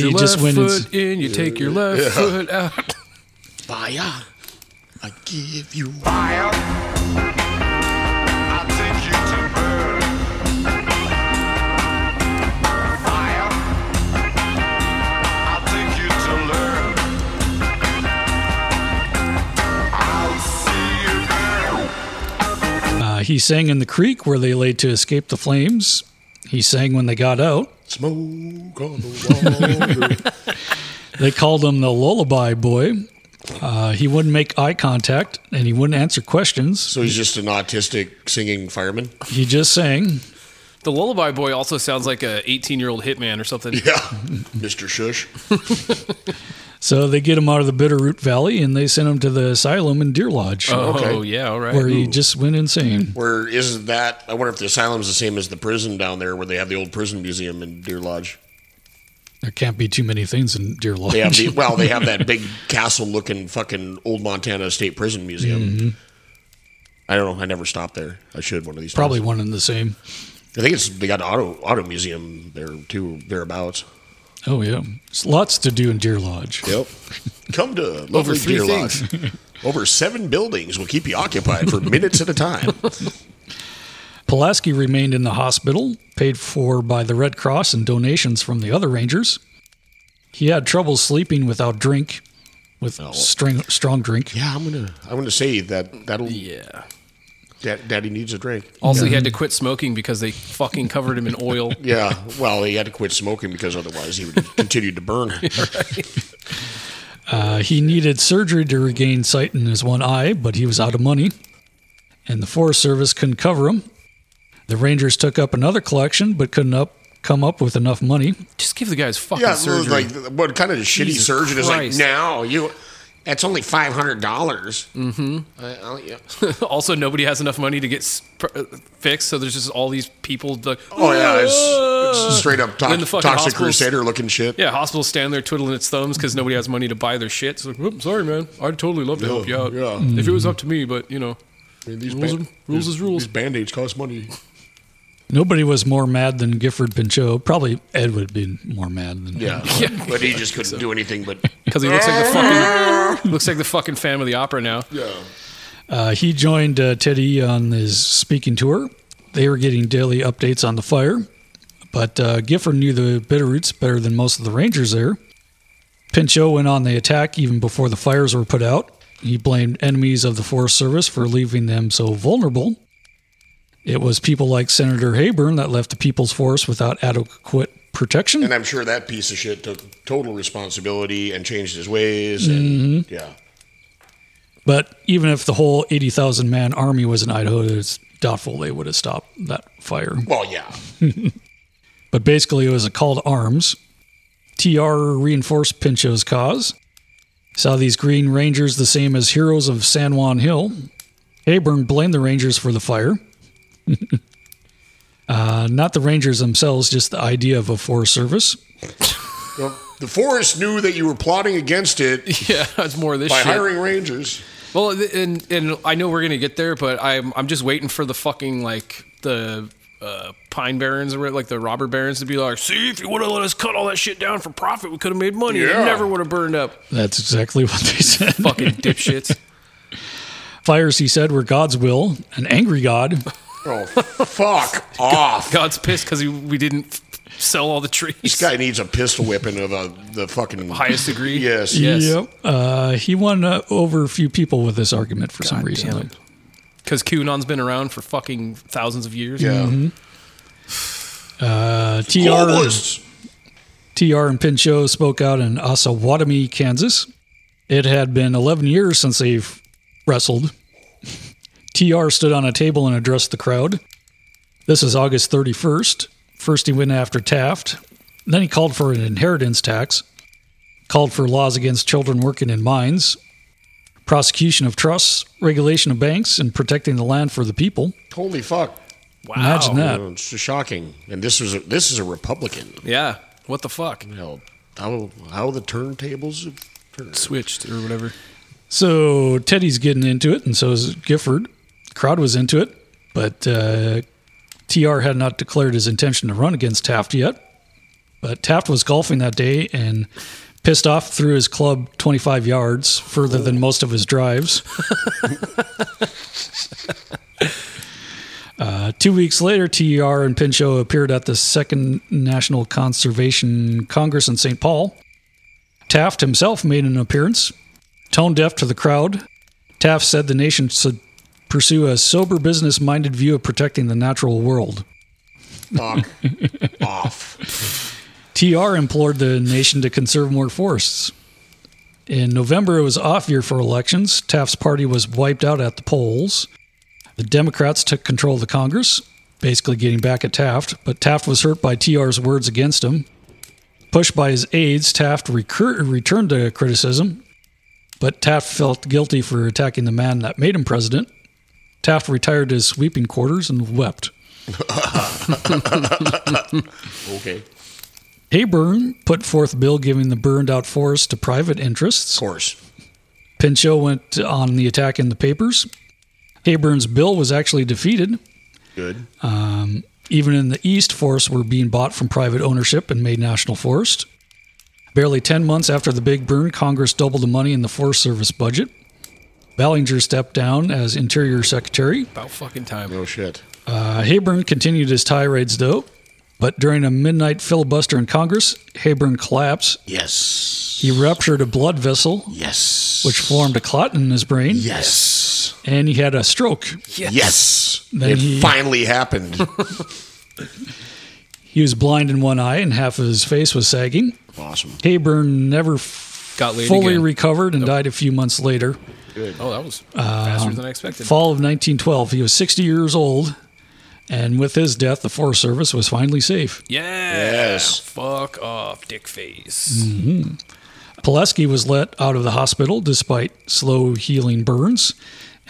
Speaker 2: Put your
Speaker 6: he just
Speaker 2: left
Speaker 6: went and s-
Speaker 2: foot in, you take your left foot out.
Speaker 1: Fire. I give you.
Speaker 3: Fire. I'll take you to burn. Fire. I'll take you to learn. I'll see you burn.
Speaker 6: uh, he sang in the creek where they lay to escape the flames. He sang when they got out.
Speaker 1: Smoke on the water.
Speaker 6: They called him the lullaby boy. Uh, he wouldn't make eye contact and he wouldn't answer questions.
Speaker 1: so he's just an autistic singing fireman.
Speaker 6: He just sang.
Speaker 2: The lullaby boy also sounds like a 18 year old hitman or something.
Speaker 1: Yeah. Mr. Shush.
Speaker 6: So they get him out of the Bitterroot Valley and they send him to the asylum in Deer Lodge,
Speaker 2: Oh,
Speaker 1: Okay.
Speaker 2: yeah, all right.
Speaker 6: where he just went insane.
Speaker 1: Where isn't that? I wonder if the asylum's the same as the prison down there where they have the old prison museum in Deer Lodge.
Speaker 6: There can't be too many things in Deer Lodge.
Speaker 1: They have the, well, they have that big castle looking fucking old Montana State Prison Museum. I don't know. I never stopped there. I should one of these.
Speaker 6: Probably
Speaker 1: times.
Speaker 6: one and the same.
Speaker 1: I think it's they got an auto auto museum there too thereabouts.
Speaker 6: Oh, yeah. There's lots to do in Deer Lodge.
Speaker 1: Yep. Come to lovely
Speaker 2: three
Speaker 1: Deer Lodge. Over seven buildings will keep you occupied for minutes at a time.
Speaker 6: Pulaski remained in the hospital, paid for by the Red Cross and donations from the other Rangers. He had trouble sleeping without drink, with strong, strong drink.
Speaker 1: Yeah, I'm gonna I'm gonna say that that'll
Speaker 2: yeah.
Speaker 1: Dad, Daddy needs a drink.
Speaker 2: Also, he had to quit smoking because they fucking covered him in oil.
Speaker 1: Yeah, well, he had to quit smoking because otherwise he would continue to burn.
Speaker 6: Uh, he needed surgery to regain sight in his one eye, but he was out of money, and the Forest Service couldn't cover him. The Rangers took up another collection, but couldn't up, come up with enough money.
Speaker 2: Just give the guy his fucking
Speaker 1: yeah,
Speaker 2: surgery.
Speaker 1: like what kind of shitty
Speaker 2: Jesus
Speaker 1: surgeon
Speaker 2: Christ.
Speaker 1: is like? No, you. That's only five hundred dollars. Mm-hmm. I, I'll, yeah.
Speaker 2: also, uh, nobody has enough money to get s- pr- fixed, so there's just all these people. Like,
Speaker 1: Oh yeah, it's, straight up
Speaker 2: Then
Speaker 1: to-
Speaker 2: the fucking
Speaker 1: toxic
Speaker 2: hospitals-
Speaker 1: crusader looking shit.
Speaker 2: Yeah, hospitals stand there twiddling its thumbs because nobody has money to buy their shit. So like, "Whoop, sorry, man. I'd totally love to help you
Speaker 1: Yeah,
Speaker 2: out.
Speaker 1: yeah.
Speaker 2: If it was up to me, but you know,
Speaker 1: I mean, these
Speaker 2: Rules
Speaker 1: ban-
Speaker 2: are- rules
Speaker 1: these-
Speaker 2: is rules.
Speaker 1: These band aids cost money.
Speaker 6: Nobody was more mad than Gifford Pinchot. Probably Ed would have been more mad than
Speaker 1: Yeah, but he just couldn't do anything. But
Speaker 2: because he looks like the fucking looks like the fucking fan of the opera now.
Speaker 1: yeah,
Speaker 6: Uh, he joined uh, Teddy on his speaking tour. They were getting daily updates on the fire, but uh, Gifford knew the Bitterroots better than most of the Rangers there. Pinchot went on the attack even before the fires were put out. He blamed enemies of the Forest Service for leaving them so vulnerable. It was people like Senator Hayburn that left the People's Forest without adequate protection.
Speaker 1: and I'm sure that piece of shit took total responsibility and changed his ways. And yeah,
Speaker 6: But even if the whole 80,000 man army was in Idaho, it's doubtful they would have stopped that fire.
Speaker 1: well, yeah,
Speaker 6: But basically, it was a call to arms. TR reinforced Pinchot's cause. Saw these Green Rangers the same as heroes of San Juan Hill. Hayburn blamed the Rangers for the fire. uh, not the Rangers themselves, just the idea of a Forest Service.
Speaker 1: Well, the forest knew that you were plotting against it
Speaker 2: Yeah, that's more of this
Speaker 1: by
Speaker 2: shit.
Speaker 1: hiring rangers.
Speaker 2: Well, th- and and I know we're gonna get there, but I'm I'm just waiting for the fucking like the uh, pine barons or what- like the robber barons to be like, see, if you would have let us cut all that shit down for profit, we could have made money.
Speaker 1: Yeah.
Speaker 2: It never would have burned up.
Speaker 6: That's exactly what they said.
Speaker 2: Fucking dipshits.
Speaker 6: Fires, he said, were God's will. An angry God
Speaker 1: Oh, fuck off!
Speaker 2: God's pissed because we didn't f- sell all the trees.
Speaker 1: This guy needs a pistol whipping of a, the fucking
Speaker 2: Highest degree.
Speaker 1: Yes,
Speaker 2: Yes.
Speaker 6: Yep. Uh, he won uh, over a few people with this argument for some reason.
Speaker 2: damn it. Because QAnon's been around for fucking thousands of years.
Speaker 1: yeah.
Speaker 6: Uh, TR,
Speaker 1: Globalists.
Speaker 6: TR and Pinchot spoke out in Osawatomie, Kansas. It had been 11 years since they've wrestled. TR stood on a table and addressed the crowd. This is August 31st. First, he went after Taft. Then he called for an inheritance tax, called for laws against children working in mines, prosecution of trusts, regulation of banks, and protecting the land for the people.
Speaker 1: Holy fuck!
Speaker 2: Wow.
Speaker 6: Imagine that.
Speaker 1: Oh, it's just shocking. And this was a, this is a Republican.
Speaker 2: Yeah. What the fuck?
Speaker 1: Hell, how how the turntables have turned.
Speaker 2: Switched or whatever.
Speaker 6: So Teddy's getting into it, and so is Gifford. Crowd was into it, but uh, TR had not declared his intention to run against Taft yet. But Taft was golfing that day and pissed off threw his club 25 yards further than most of his drives. uh, two weeks later, TR and Pinchot appeared at the Second National Conservation Congress in St. Paul. Taft himself made an appearance tone deaf to the crowd. Taft said the nation should pursue a sober business minded view of protecting the natural world.
Speaker 1: Fuck off!
Speaker 6: TR implored the nation to conserve more forests. In November, it was off year for elections. Taft's party was wiped out at the polls. The Democrats took control of the Congress, basically getting back at Taft, but Taft was hurt by TR's words against him. Pushed by his aides, Taft recur- returned to criticism, but Taft felt guilty for attacking the man that made him president. Taft retired to his sweeping quarters and wept.
Speaker 1: Okay, of
Speaker 6: Hayburn put forth a bill giving the burned out forest to private interests.
Speaker 1: course.
Speaker 6: Pinchot went on the attack in the papers. Hayburn's bill was actually defeated.
Speaker 1: Good.
Speaker 6: Um, Even in the East, forests were being bought from private ownership and made national forest. Barely 10 months after the big burn, Congress doubled the money in the Forest Service budget. Ballinger stepped down as Interior Secretary.
Speaker 2: About fucking time.
Speaker 1: No shit.
Speaker 6: Uh, Hayburn continued his tirades, though, but during a midnight filibuster in Congress, Hayburn collapsed.
Speaker 1: Yes.
Speaker 6: He ruptured a blood vessel,
Speaker 1: Yes.
Speaker 6: which formed a clot in his brain,
Speaker 1: Yes.
Speaker 6: and he had a stroke.
Speaker 1: Yes.
Speaker 6: Then
Speaker 1: it
Speaker 6: he-
Speaker 1: finally happened.
Speaker 6: He was blind in one eye and half of his face was sagging.
Speaker 1: awesome.
Speaker 6: Hayburn never f-
Speaker 2: Got laid
Speaker 6: fully
Speaker 2: again.
Speaker 6: recovered and died a few months later.
Speaker 2: oh, that was
Speaker 6: Uh,
Speaker 2: faster than I expected.
Speaker 6: Fall of 1912, he was 60 years old, and with his death, the Forest Service was finally safe.
Speaker 2: yeah.
Speaker 1: Yes.
Speaker 2: Fuck off, dick face.
Speaker 6: Pulaski was let out of the hospital despite slow healing burns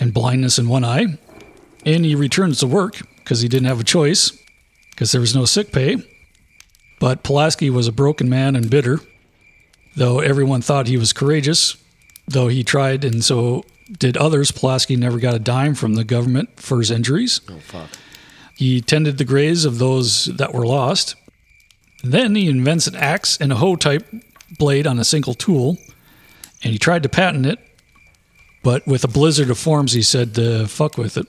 Speaker 6: and blindness in one eye, and he returned to work because he didn't have a choice because there was no sick pay. But Pulaski was a broken man and bitter, though everyone thought he was courageous, though he tried and so did others. Pulaski never got a dime from the government for his injuries. Oh, fuck. He tended the graves of those that were lost. Then he invents an axe and a hoe type blade on a single tool, and he tried to patent it, but with a blizzard of forms, he said to fuck with it.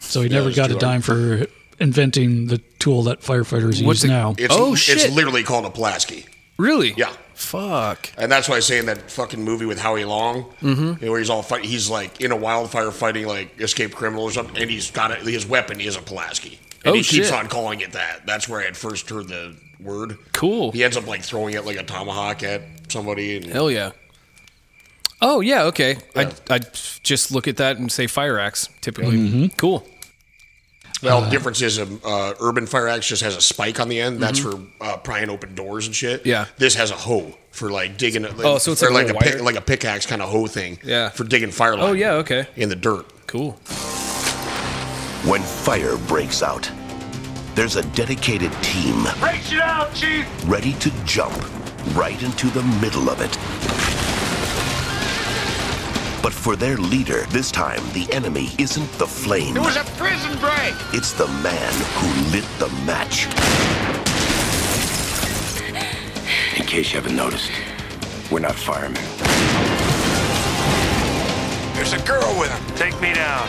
Speaker 6: So he never
Speaker 1: it's
Speaker 6: got a
Speaker 1: too hard.
Speaker 6: dime for inventing the tool that firefighters
Speaker 2: What's
Speaker 6: use
Speaker 2: it-
Speaker 6: now.
Speaker 1: It's,
Speaker 2: Oh, shit.
Speaker 1: It's literally called a Pulaski.
Speaker 2: Really?
Speaker 1: Yeah.
Speaker 2: Fuck.
Speaker 1: And that's why I say in that fucking movie with Howie Long, you know, where he's all fight, he's like in a wildfire fighting like escaped criminal or something, and he's got a, his weapon is a Pulaski, and
Speaker 2: Oh,
Speaker 1: he keeps
Speaker 2: shit.
Speaker 1: on calling it that. That's where I had first heard the word.
Speaker 2: Cool.
Speaker 1: He ends up like throwing it like a tomahawk at somebody, and
Speaker 2: Hell yeah. Oh yeah, okay. I'd, I'd just look at that and say fire axe typically. Cool.
Speaker 1: well,
Speaker 2: Uh-huh.
Speaker 1: the difference is um, uh, urban fire axe just has a spike on the end. That's for uh, prying open doors and shit.
Speaker 2: Mm-hmm. Yeah.
Speaker 1: this has a hoe for like digging. Like,
Speaker 2: Oh, so it's
Speaker 1: or
Speaker 2: like
Speaker 1: like a
Speaker 2: a little
Speaker 1: pick,
Speaker 2: wider-
Speaker 1: like a pickaxe kind of hoe thing.
Speaker 2: Yeah.
Speaker 1: for digging fire.
Speaker 2: Oh yeah, okay.
Speaker 1: in the dirt.
Speaker 2: Cool.
Speaker 11: When fire breaks out, there's a dedicated team
Speaker 7: Breaks it out, Chief!
Speaker 11: ready to jump right into the middle of it. But for their leader, this time the enemy isn't the flame,
Speaker 7: It was a prison break!
Speaker 11: it's the man who lit the match.
Speaker 9: In case you haven't noticed, we're not firemen.
Speaker 7: There's a girl with him! Take me down.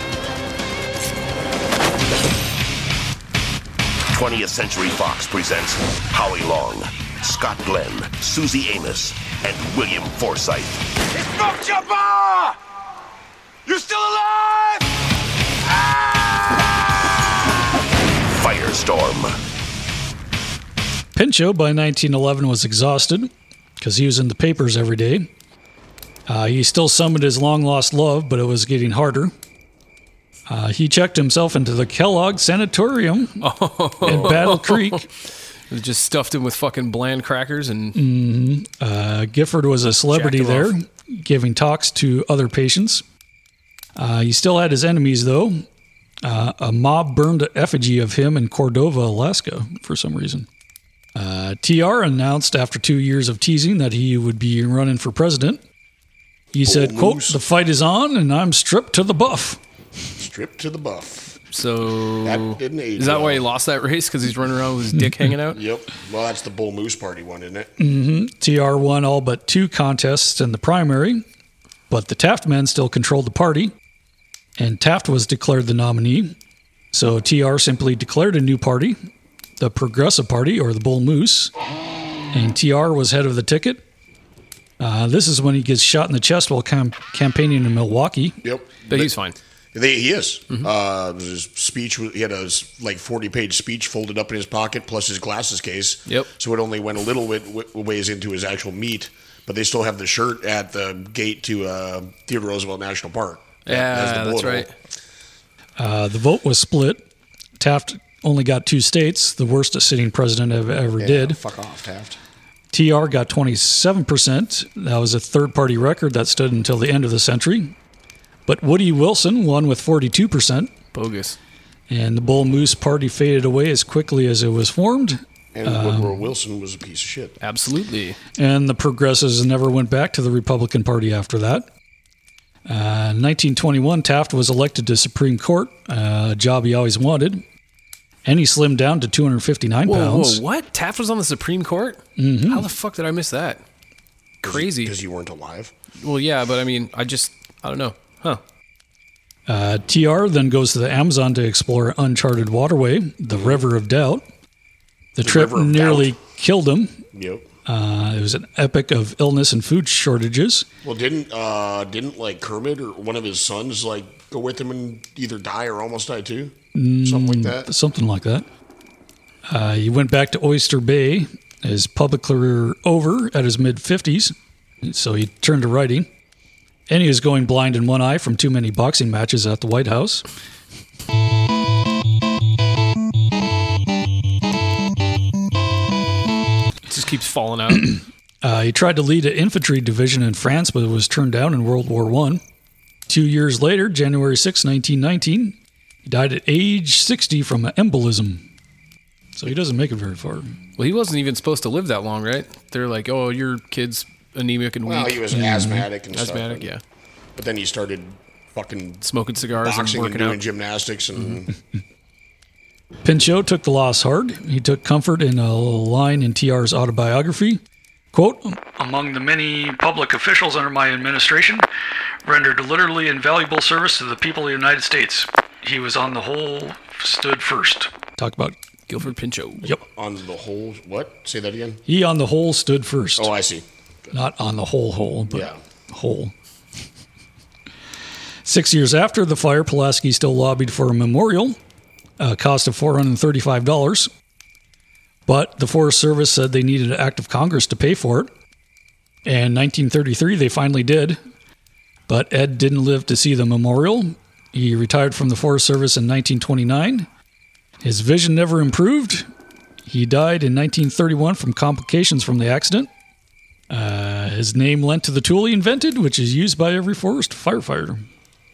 Speaker 11: 20th Century Fox presents Howie Long, Scott Glenn, Susie Amos, and William Forsythe.
Speaker 7: It's Buck Jumper! You're still alive! Ah!
Speaker 11: Firestorm.
Speaker 6: Pinchot by 1911 was exhausted because he was in the papers every day. Uh, he still summoned his long lost love, but it was getting harder. Uh, he checked himself into the Kellogg Sanatorium in Battle Creek.
Speaker 2: It just stuffed him with fucking bland crackers and
Speaker 6: Uh, Gifford was a celebrity
Speaker 2: Jacked
Speaker 6: there,
Speaker 2: him
Speaker 6: giving talks to other patients. Uh, he still had his enemies, though. Uh, a mob burned an effigy of him in Cordova, Alaska, for some reason. Uh, TR announced after two years of teasing that he would be running for president. He said, quote, the fight is on and I'm stripped to the buff.
Speaker 1: Stripped to the buff.
Speaker 2: so
Speaker 1: That didn't age
Speaker 2: Is that
Speaker 1: well.
Speaker 2: why he lost that race? Because he's running around with his dick hanging out?
Speaker 1: Yep. Well, that's the bull moose party one, isn't it?
Speaker 6: TR won all but two contests in the primary, but the Taft men still controlled the party, and Taft was declared the nominee. So TR simply declared a new party, the Progressive Party or the Bull Moose, and TR was head of the ticket. Uh, this is when he gets shot in the chest while cam- campaigning in Milwaukee.
Speaker 1: Yep.
Speaker 2: But he's fine.
Speaker 1: They, he is.
Speaker 2: Mm-hmm.
Speaker 1: Uh, his speech. was- He had a s- like forty-page speech folded up in his pocket, plus his glasses case.
Speaker 2: Yep.
Speaker 1: So it only went a little bit w- ways into his actual meat, but they still have the shirt at the gate to uh, Theodore Roosevelt National Park. As the
Speaker 2: Yeah, that's
Speaker 1: bullet hole.
Speaker 2: right.
Speaker 6: Uh, the vote was split. Taft only got two states, the worst a sitting president ev- ever did.
Speaker 1: Fuck off, Taft.
Speaker 6: TR got 27%. That was a third party record that stood until the end of the century. But Woody Wilson won with 42%,
Speaker 2: Bogus.
Speaker 6: and the Bull Moose Party faded away as quickly as it was formed.
Speaker 1: And Woodrow Wilson was a piece of shit.
Speaker 2: Absolutely.
Speaker 6: And the progressives never went back to the Republican Party after that. Uh, in 1921, Taft was elected to Supreme Court, uh, a job he always wanted. And he slimmed down to 259
Speaker 2: Whoa,
Speaker 6: pounds.
Speaker 2: whoa, what? Taft was on the Supreme Court? How the fuck did I miss that? Crazy.
Speaker 1: Because you weren't alive.
Speaker 2: Well, yeah, but I mean, I just, I don't know. Huh.
Speaker 6: Uh, TR then goes to the Amazon to explore uncharted waterway, the River of Doubt. The, trip
Speaker 1: River of
Speaker 6: nearly
Speaker 1: Doubt.
Speaker 6: killed him.
Speaker 1: Yep.
Speaker 6: Uh, it was an epic of illness and food shortages.
Speaker 1: Well, didn't uh, didn't like Kermit or one of his sons like go with him and either die or almost die too? Something like that.
Speaker 6: something like that. Uh, he went back to Oyster Bay. His public career over at his mid 50s, so he turned to writing. And he was going blind in one eye from too many boxing matches at the White House.
Speaker 2: It just keeps falling out.
Speaker 6: Uh, he tried to lead an infantry division in France, but was turned down in World War One. Two years later, January 6, 1919, he died at age 60 from an embolism. So he doesn't make it very far.
Speaker 2: Well, he wasn't even supposed to live that long, right? They're like, oh, your kid's anemic and
Speaker 1: Well,
Speaker 2: weak.
Speaker 1: he was asthmatic and stuff,
Speaker 2: Mm-hmm. asthmatic,
Speaker 1: and-
Speaker 2: yeah.
Speaker 1: But then he started fucking
Speaker 2: Smoking cigars and
Speaker 1: boxing and,
Speaker 2: working
Speaker 1: doing
Speaker 2: out. Mm-hmm.
Speaker 1: gymnastics and
Speaker 6: Pinchot took the loss hard. He took comfort in a line in TR's autobiography. Quote, Among the many public officials under my administration, rendered literally invaluable service to the people of the United States. He was on the whole stood first. Talk about
Speaker 2: Guilford Pinchot.
Speaker 6: Yep.
Speaker 1: on the whole. What? Say that again.
Speaker 6: He on the whole stood first.
Speaker 1: Oh, I see.
Speaker 6: Not on the whole whole, but
Speaker 1: Yeah.
Speaker 6: whole. Six years after the fire, Pulaski still lobbied for a memorial, a cost of $435. But the Forest Service said they needed an act of Congress to pay for it. And 1933, they finally did. But Ed didn't live to see the memorial. He retired from the Forest Service in 1929. His vision never improved. He died in 1931 from complications from the accident. Uh, his name lent to the tool he invented, which is used by every forest firefighter.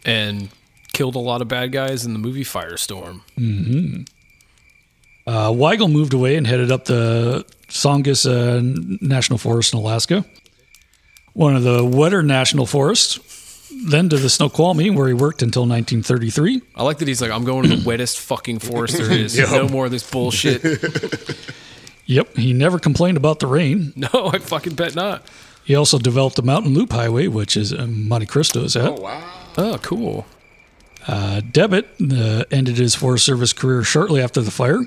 Speaker 2: And killed a lot of bad guys in the movie Firestorm.
Speaker 6: hmm Uh, Weigel moved away and headed up the Songus uh, National Forest in Alaska, one of the wetter national forests, then to the Snoqualmie, where he worked until 1933.
Speaker 2: I like that he's like, I'm going to the wettest fucking forest there is.
Speaker 6: Yep.
Speaker 2: No more of this bullshit.
Speaker 6: Yep, he never complained about the rain.
Speaker 2: no, I fucking bet not.
Speaker 6: He also developed the Mountain Loop Highway, which is uh, Monte Cristo's at.
Speaker 2: Oh, cool.
Speaker 6: Uh, Debbitt uh, ended his Forest Service career shortly after the fire.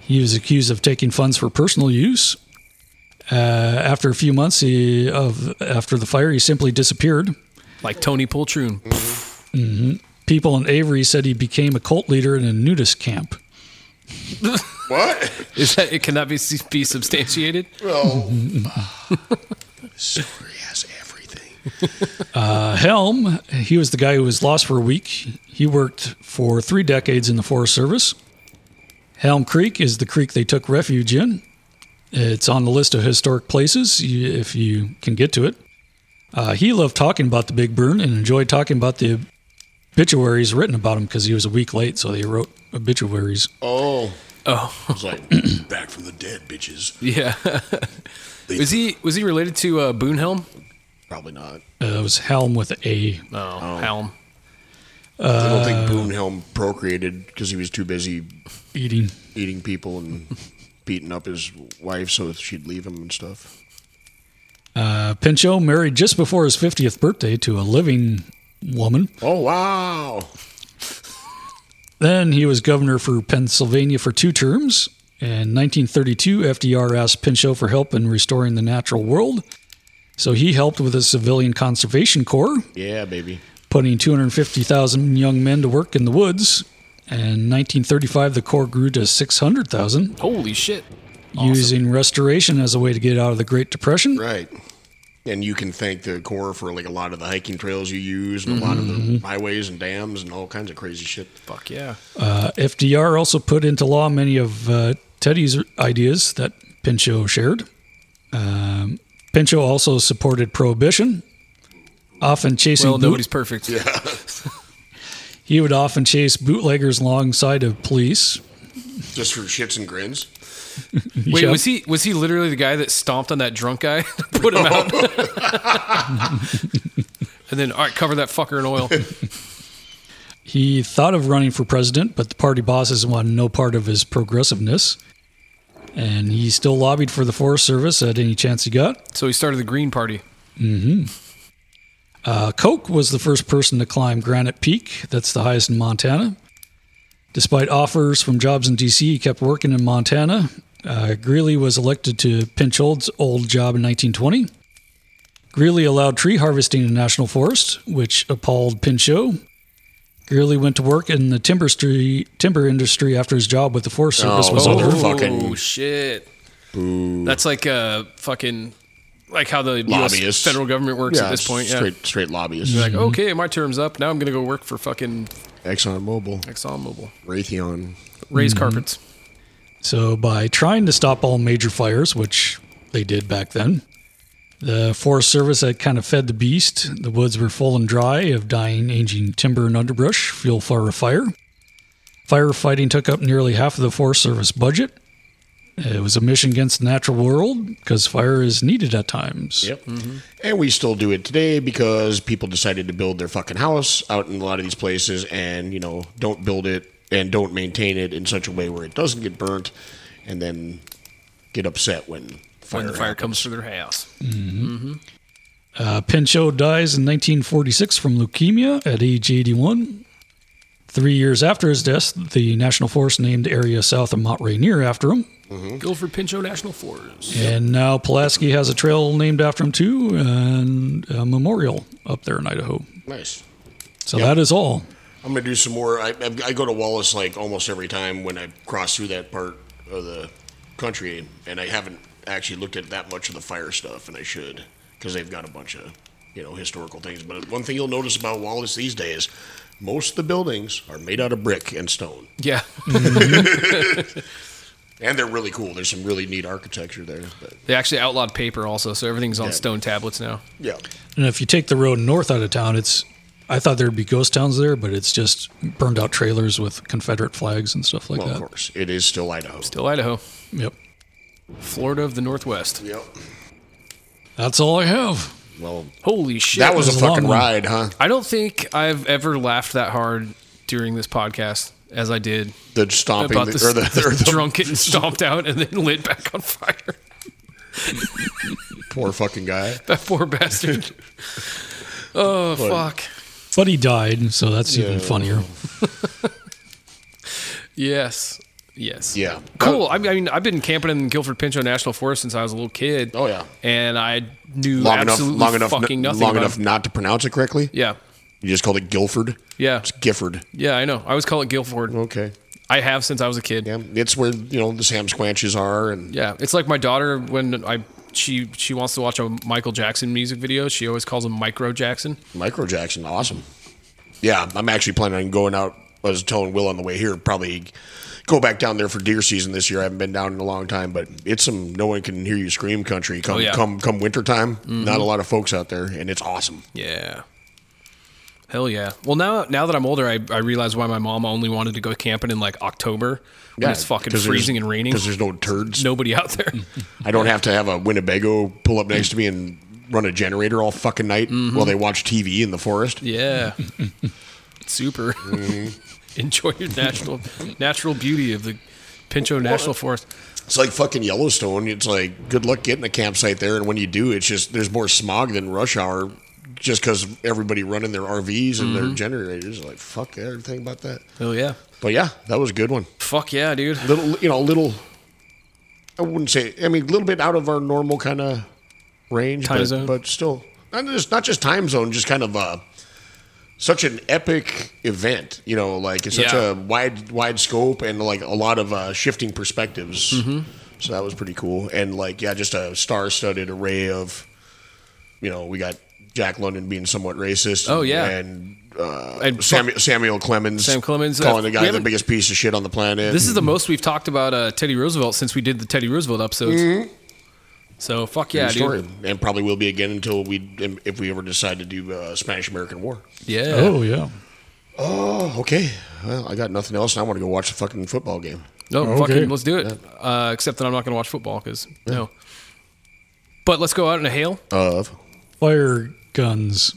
Speaker 6: He was accused of taking funds for personal use. Uh, after a few months he, of after the fire, he simply disappeared.
Speaker 2: Like Tony Poltroon.
Speaker 6: hmm People in Avery said he became a cult leader in a nudist camp.
Speaker 1: What?
Speaker 2: Is that it cannot be, be substantiated?
Speaker 1: Well,
Speaker 6: Uh, Helm, he was the guy who was lost for a week. He worked for three decades in the Forest Service. Helm Creek is the creek they took refuge in. It's on the list of historic places you- if you can get to it. Uh, he loved talking about the Big Burn and enjoyed talking about the obituaries written about him because he was a week late, so they wrote obituaries.
Speaker 1: oh,
Speaker 2: oh,
Speaker 1: it's like back from the dead, bitches.
Speaker 2: Yeah. was he was he related to uh, Boonhelm?
Speaker 1: Probably not.
Speaker 6: Uh, it was Helm with a A.
Speaker 2: No, Helm.
Speaker 1: I don't
Speaker 6: Uh,
Speaker 1: think Boonhelm procreated because he was too busy
Speaker 6: Eating.
Speaker 1: eating people and beating up his wife so that she'd leave him and stuff.
Speaker 6: Uh, Pinchot married just before his 50th birthday to a living woman.
Speaker 1: Oh wow!
Speaker 6: Then he was governor for Pennsylvania for two terms. In 1932, FDR asked Pinchot for help in restoring the natural world. So he helped with the Civilian Conservation Corps,
Speaker 1: Yeah, baby.
Speaker 6: putting 250,000 young men to work in the woods. In 1935, the Corps grew to 600,000,
Speaker 2: Holy shit.
Speaker 6: using restoration as a way to get out of the Great Depression.
Speaker 1: Right. And you can thank the Corps for like a lot of the hiking trails you use and a lot of the
Speaker 2: Mm-hmm.
Speaker 6: Mhm.
Speaker 1: highways and dams and all kinds of crazy shit.
Speaker 2: Fuck yeah.
Speaker 6: Uh, FDR also put into law many of uh, Teddy's ideas that Pinchot shared. Um, Pinchot also supported prohibition, often chasing.
Speaker 2: Well,
Speaker 6: boot-
Speaker 2: nobody's perfect. Yeah.
Speaker 6: he would often chase bootleggers alongside of police.
Speaker 1: Just for shits and grins.
Speaker 2: Wait,
Speaker 6: Yep.
Speaker 2: was he was he literally the guy that stomped on that drunk guy, put him out, and then all right, cover that fucker in oil?
Speaker 6: He thought of running for president, but the party bosses wanted no part of his progressiveness. And he still lobbied for the Forest Service at any chance he got.
Speaker 2: So he started the Green Party.
Speaker 6: hmm Uh, Koch was the first person to climb Granite Peak. That's the highest in Montana. Despite offers from jobs in D.C., he kept working in Montana. Uh, Greeley was elected to Pinchold's old job in 1920. Greeley allowed tree harvesting in National Forest, which appalled Pinchot. Greeley went to work in the timber, stre- timber industry after his job with the Forest Service was
Speaker 2: oh,
Speaker 6: over.
Speaker 1: fucking-
Speaker 2: shit! That's like uh, fucking like how the US
Speaker 1: Lobbyists.
Speaker 2: federal government works
Speaker 1: Yeah,
Speaker 2: at this point. Yeah.
Speaker 1: Straight, straight lobbyists.
Speaker 2: You're like, okay, my term's up. Now I'm gonna go work for fucking
Speaker 1: ExxonMobil,
Speaker 2: ExxonMobil.
Speaker 1: Raytheon.
Speaker 2: Raise
Speaker 6: Mhm.
Speaker 2: carpets.
Speaker 6: So, by trying to stop all major fires, which they did back then, the Forest Service had kind of fed the beast. The woods were full and dry of dying, aging timber and underbrush, fuel for a fire. Firefighting took up nearly half of the Forest Service budget. It was a mission against the natural world because fire is needed at times.
Speaker 1: Yep. Mm-hmm. And we still do it today because people decided to build their fucking house out in a lot of these places and, you know, don't build it and don't maintain it in such a way where it doesn't get burnt and then get upset when fire,
Speaker 2: when the fire
Speaker 1: happens.
Speaker 2: comes through their house.
Speaker 6: Uh, Pinchot dies in 1946 from leukemia at age 81. Three years after his death, the National Forest named area south of Mont Rainier after him.
Speaker 1: Hmm?
Speaker 2: Guilford Pinchot National Forest.
Speaker 6: And now Pulaski has a trail named after him too, and a memorial up there in Idaho.
Speaker 1: Nice.
Speaker 6: So that is all.
Speaker 1: I'm gonna do some more. I, I I go to Wallace like almost every time when I cross through that part of the country, and I haven't actually looked at that much of the fire stuff, and I should because they've got a bunch of you know historical things. But one thing you'll notice about Wallace these days, most of the buildings are made out of brick and stone,
Speaker 2: Yeah.
Speaker 1: and they're really cool. There's some really neat architecture there. But
Speaker 2: They actually outlawed paper also, so everything's on
Speaker 1: Yeah.
Speaker 2: stone tablets now.
Speaker 1: yeah,
Speaker 6: And if you take the road north out of town, it's I thought there'd be ghost towns there, but it's just burned out trailers with Confederate flags and stuff like
Speaker 1: well, of
Speaker 6: that.
Speaker 1: course, it is still Idaho.
Speaker 2: Still Idaho.
Speaker 6: Yep.
Speaker 2: Florida of the Northwest.
Speaker 1: Yep.
Speaker 6: That's all I have.
Speaker 1: Well,
Speaker 2: Holy shit.
Speaker 1: that was a
Speaker 6: was a long
Speaker 1: fucking
Speaker 6: one.
Speaker 1: ride, huh?
Speaker 2: I don't think I've ever laughed that hard during this podcast as I did
Speaker 1: The stomping
Speaker 2: about
Speaker 1: the, or the,
Speaker 2: the,
Speaker 1: or the
Speaker 2: drunk getting stomped out and then lit back on fire.
Speaker 1: poor fucking guy.
Speaker 2: That poor bastard. Oh fuck.
Speaker 6: But he died, so that's even funnier.
Speaker 2: Yes. Yes.
Speaker 1: Yeah.
Speaker 2: Cool. I mean, I've been camping in Guilford Pinchot National Forest since I was a little kid.
Speaker 1: Oh, yeah.
Speaker 2: And I knew
Speaker 1: long enough,
Speaker 2: absolutely
Speaker 1: long enough,
Speaker 2: fucking nothing.
Speaker 1: long
Speaker 2: about
Speaker 1: enough
Speaker 2: it.
Speaker 1: not to pronounce it correctly.
Speaker 2: Yeah.
Speaker 1: You just called it Guilford.
Speaker 2: Yeah.
Speaker 1: It's Gifford.
Speaker 2: Yeah. I know. I always call it Guilford.
Speaker 1: Okay.
Speaker 2: I have since I was a kid.
Speaker 1: Yeah, it's where you know the Sam Squanches are, and
Speaker 2: Yeah, it's like my daughter when I she she wants to watch a Michael Jackson music video. She always calls him Micro Jackson.
Speaker 1: Micro Jackson. Awesome. Yeah, I'm actually planning on going out. I was telling Will on the way here, probably go back down there for deer season this year. I haven't been down in a long time, but it's some no one can hear you scream country. Come
Speaker 2: Oh, yeah. Mm-hmm.
Speaker 1: come come wintertime. Not a lot of folks out there, and it's awesome.
Speaker 2: Yeah. Hell yeah. Well, now now that I'm older, I, I realize why my mom only wanted to go camping in like October when it's fucking freezing and raining.
Speaker 1: because there's no turds.
Speaker 2: Nobody out there.
Speaker 1: I don't have to have a Winnebago pull up next to me and run a generator all fucking night while they watch TV in the forest.
Speaker 2: yeah. Super. Enjoy your natural natural beauty of the Pinchot National Forest.
Speaker 1: It's like fucking Yellowstone. It's like good luck getting a campsite there, and when you do, it's just there's more smog than rush hour, just because everybody running their RVs and their generators. Like fuck everything about that.
Speaker 2: Hell yeah.
Speaker 1: But yeah, that was a good one.
Speaker 2: Fuck yeah, dude.
Speaker 1: Little, you know, a little. I wouldn't say. I mean, a little bit out of our normal kind of range,
Speaker 2: Time
Speaker 1: but,
Speaker 2: zone.
Speaker 1: but still, not just not just time zone, just kind of uh such an epic event. You know, like it's such
Speaker 2: Yeah.
Speaker 1: a wide wide scope and like a lot of uh, shifting perspectives.
Speaker 2: Mm-hmm.
Speaker 1: So that was pretty cool, and like yeah, just a star-studded array of, you know, we got Jack London being somewhat racist.
Speaker 2: Oh, yeah.
Speaker 1: and. Uh,
Speaker 2: And fuck-
Speaker 1: Samuel, Samuel Clemens,
Speaker 2: Sam Clemens, uh,
Speaker 1: calling the
Speaker 2: we
Speaker 1: guy the
Speaker 2: haven't-
Speaker 1: biggest piece of shit on the planet.
Speaker 2: This is the most we've talked about uh, Teddy Roosevelt since we did the Teddy Roosevelt episodes.
Speaker 6: Mm-hmm.
Speaker 2: So fuck yeah,
Speaker 1: True
Speaker 2: dude.
Speaker 1: story. and probably will be again until we if we ever decide to do uh, Spanish American War.
Speaker 2: Yeah.
Speaker 6: Oh yeah.
Speaker 1: Oh, okay. Well, I got nothing else, and I want to go watch the fucking football game.
Speaker 2: No,
Speaker 6: Okay.
Speaker 2: fucking let's do it. Uh, except that I'm not going to watch football because no. But let's go out in a hail.
Speaker 1: Of
Speaker 6: Fire guns.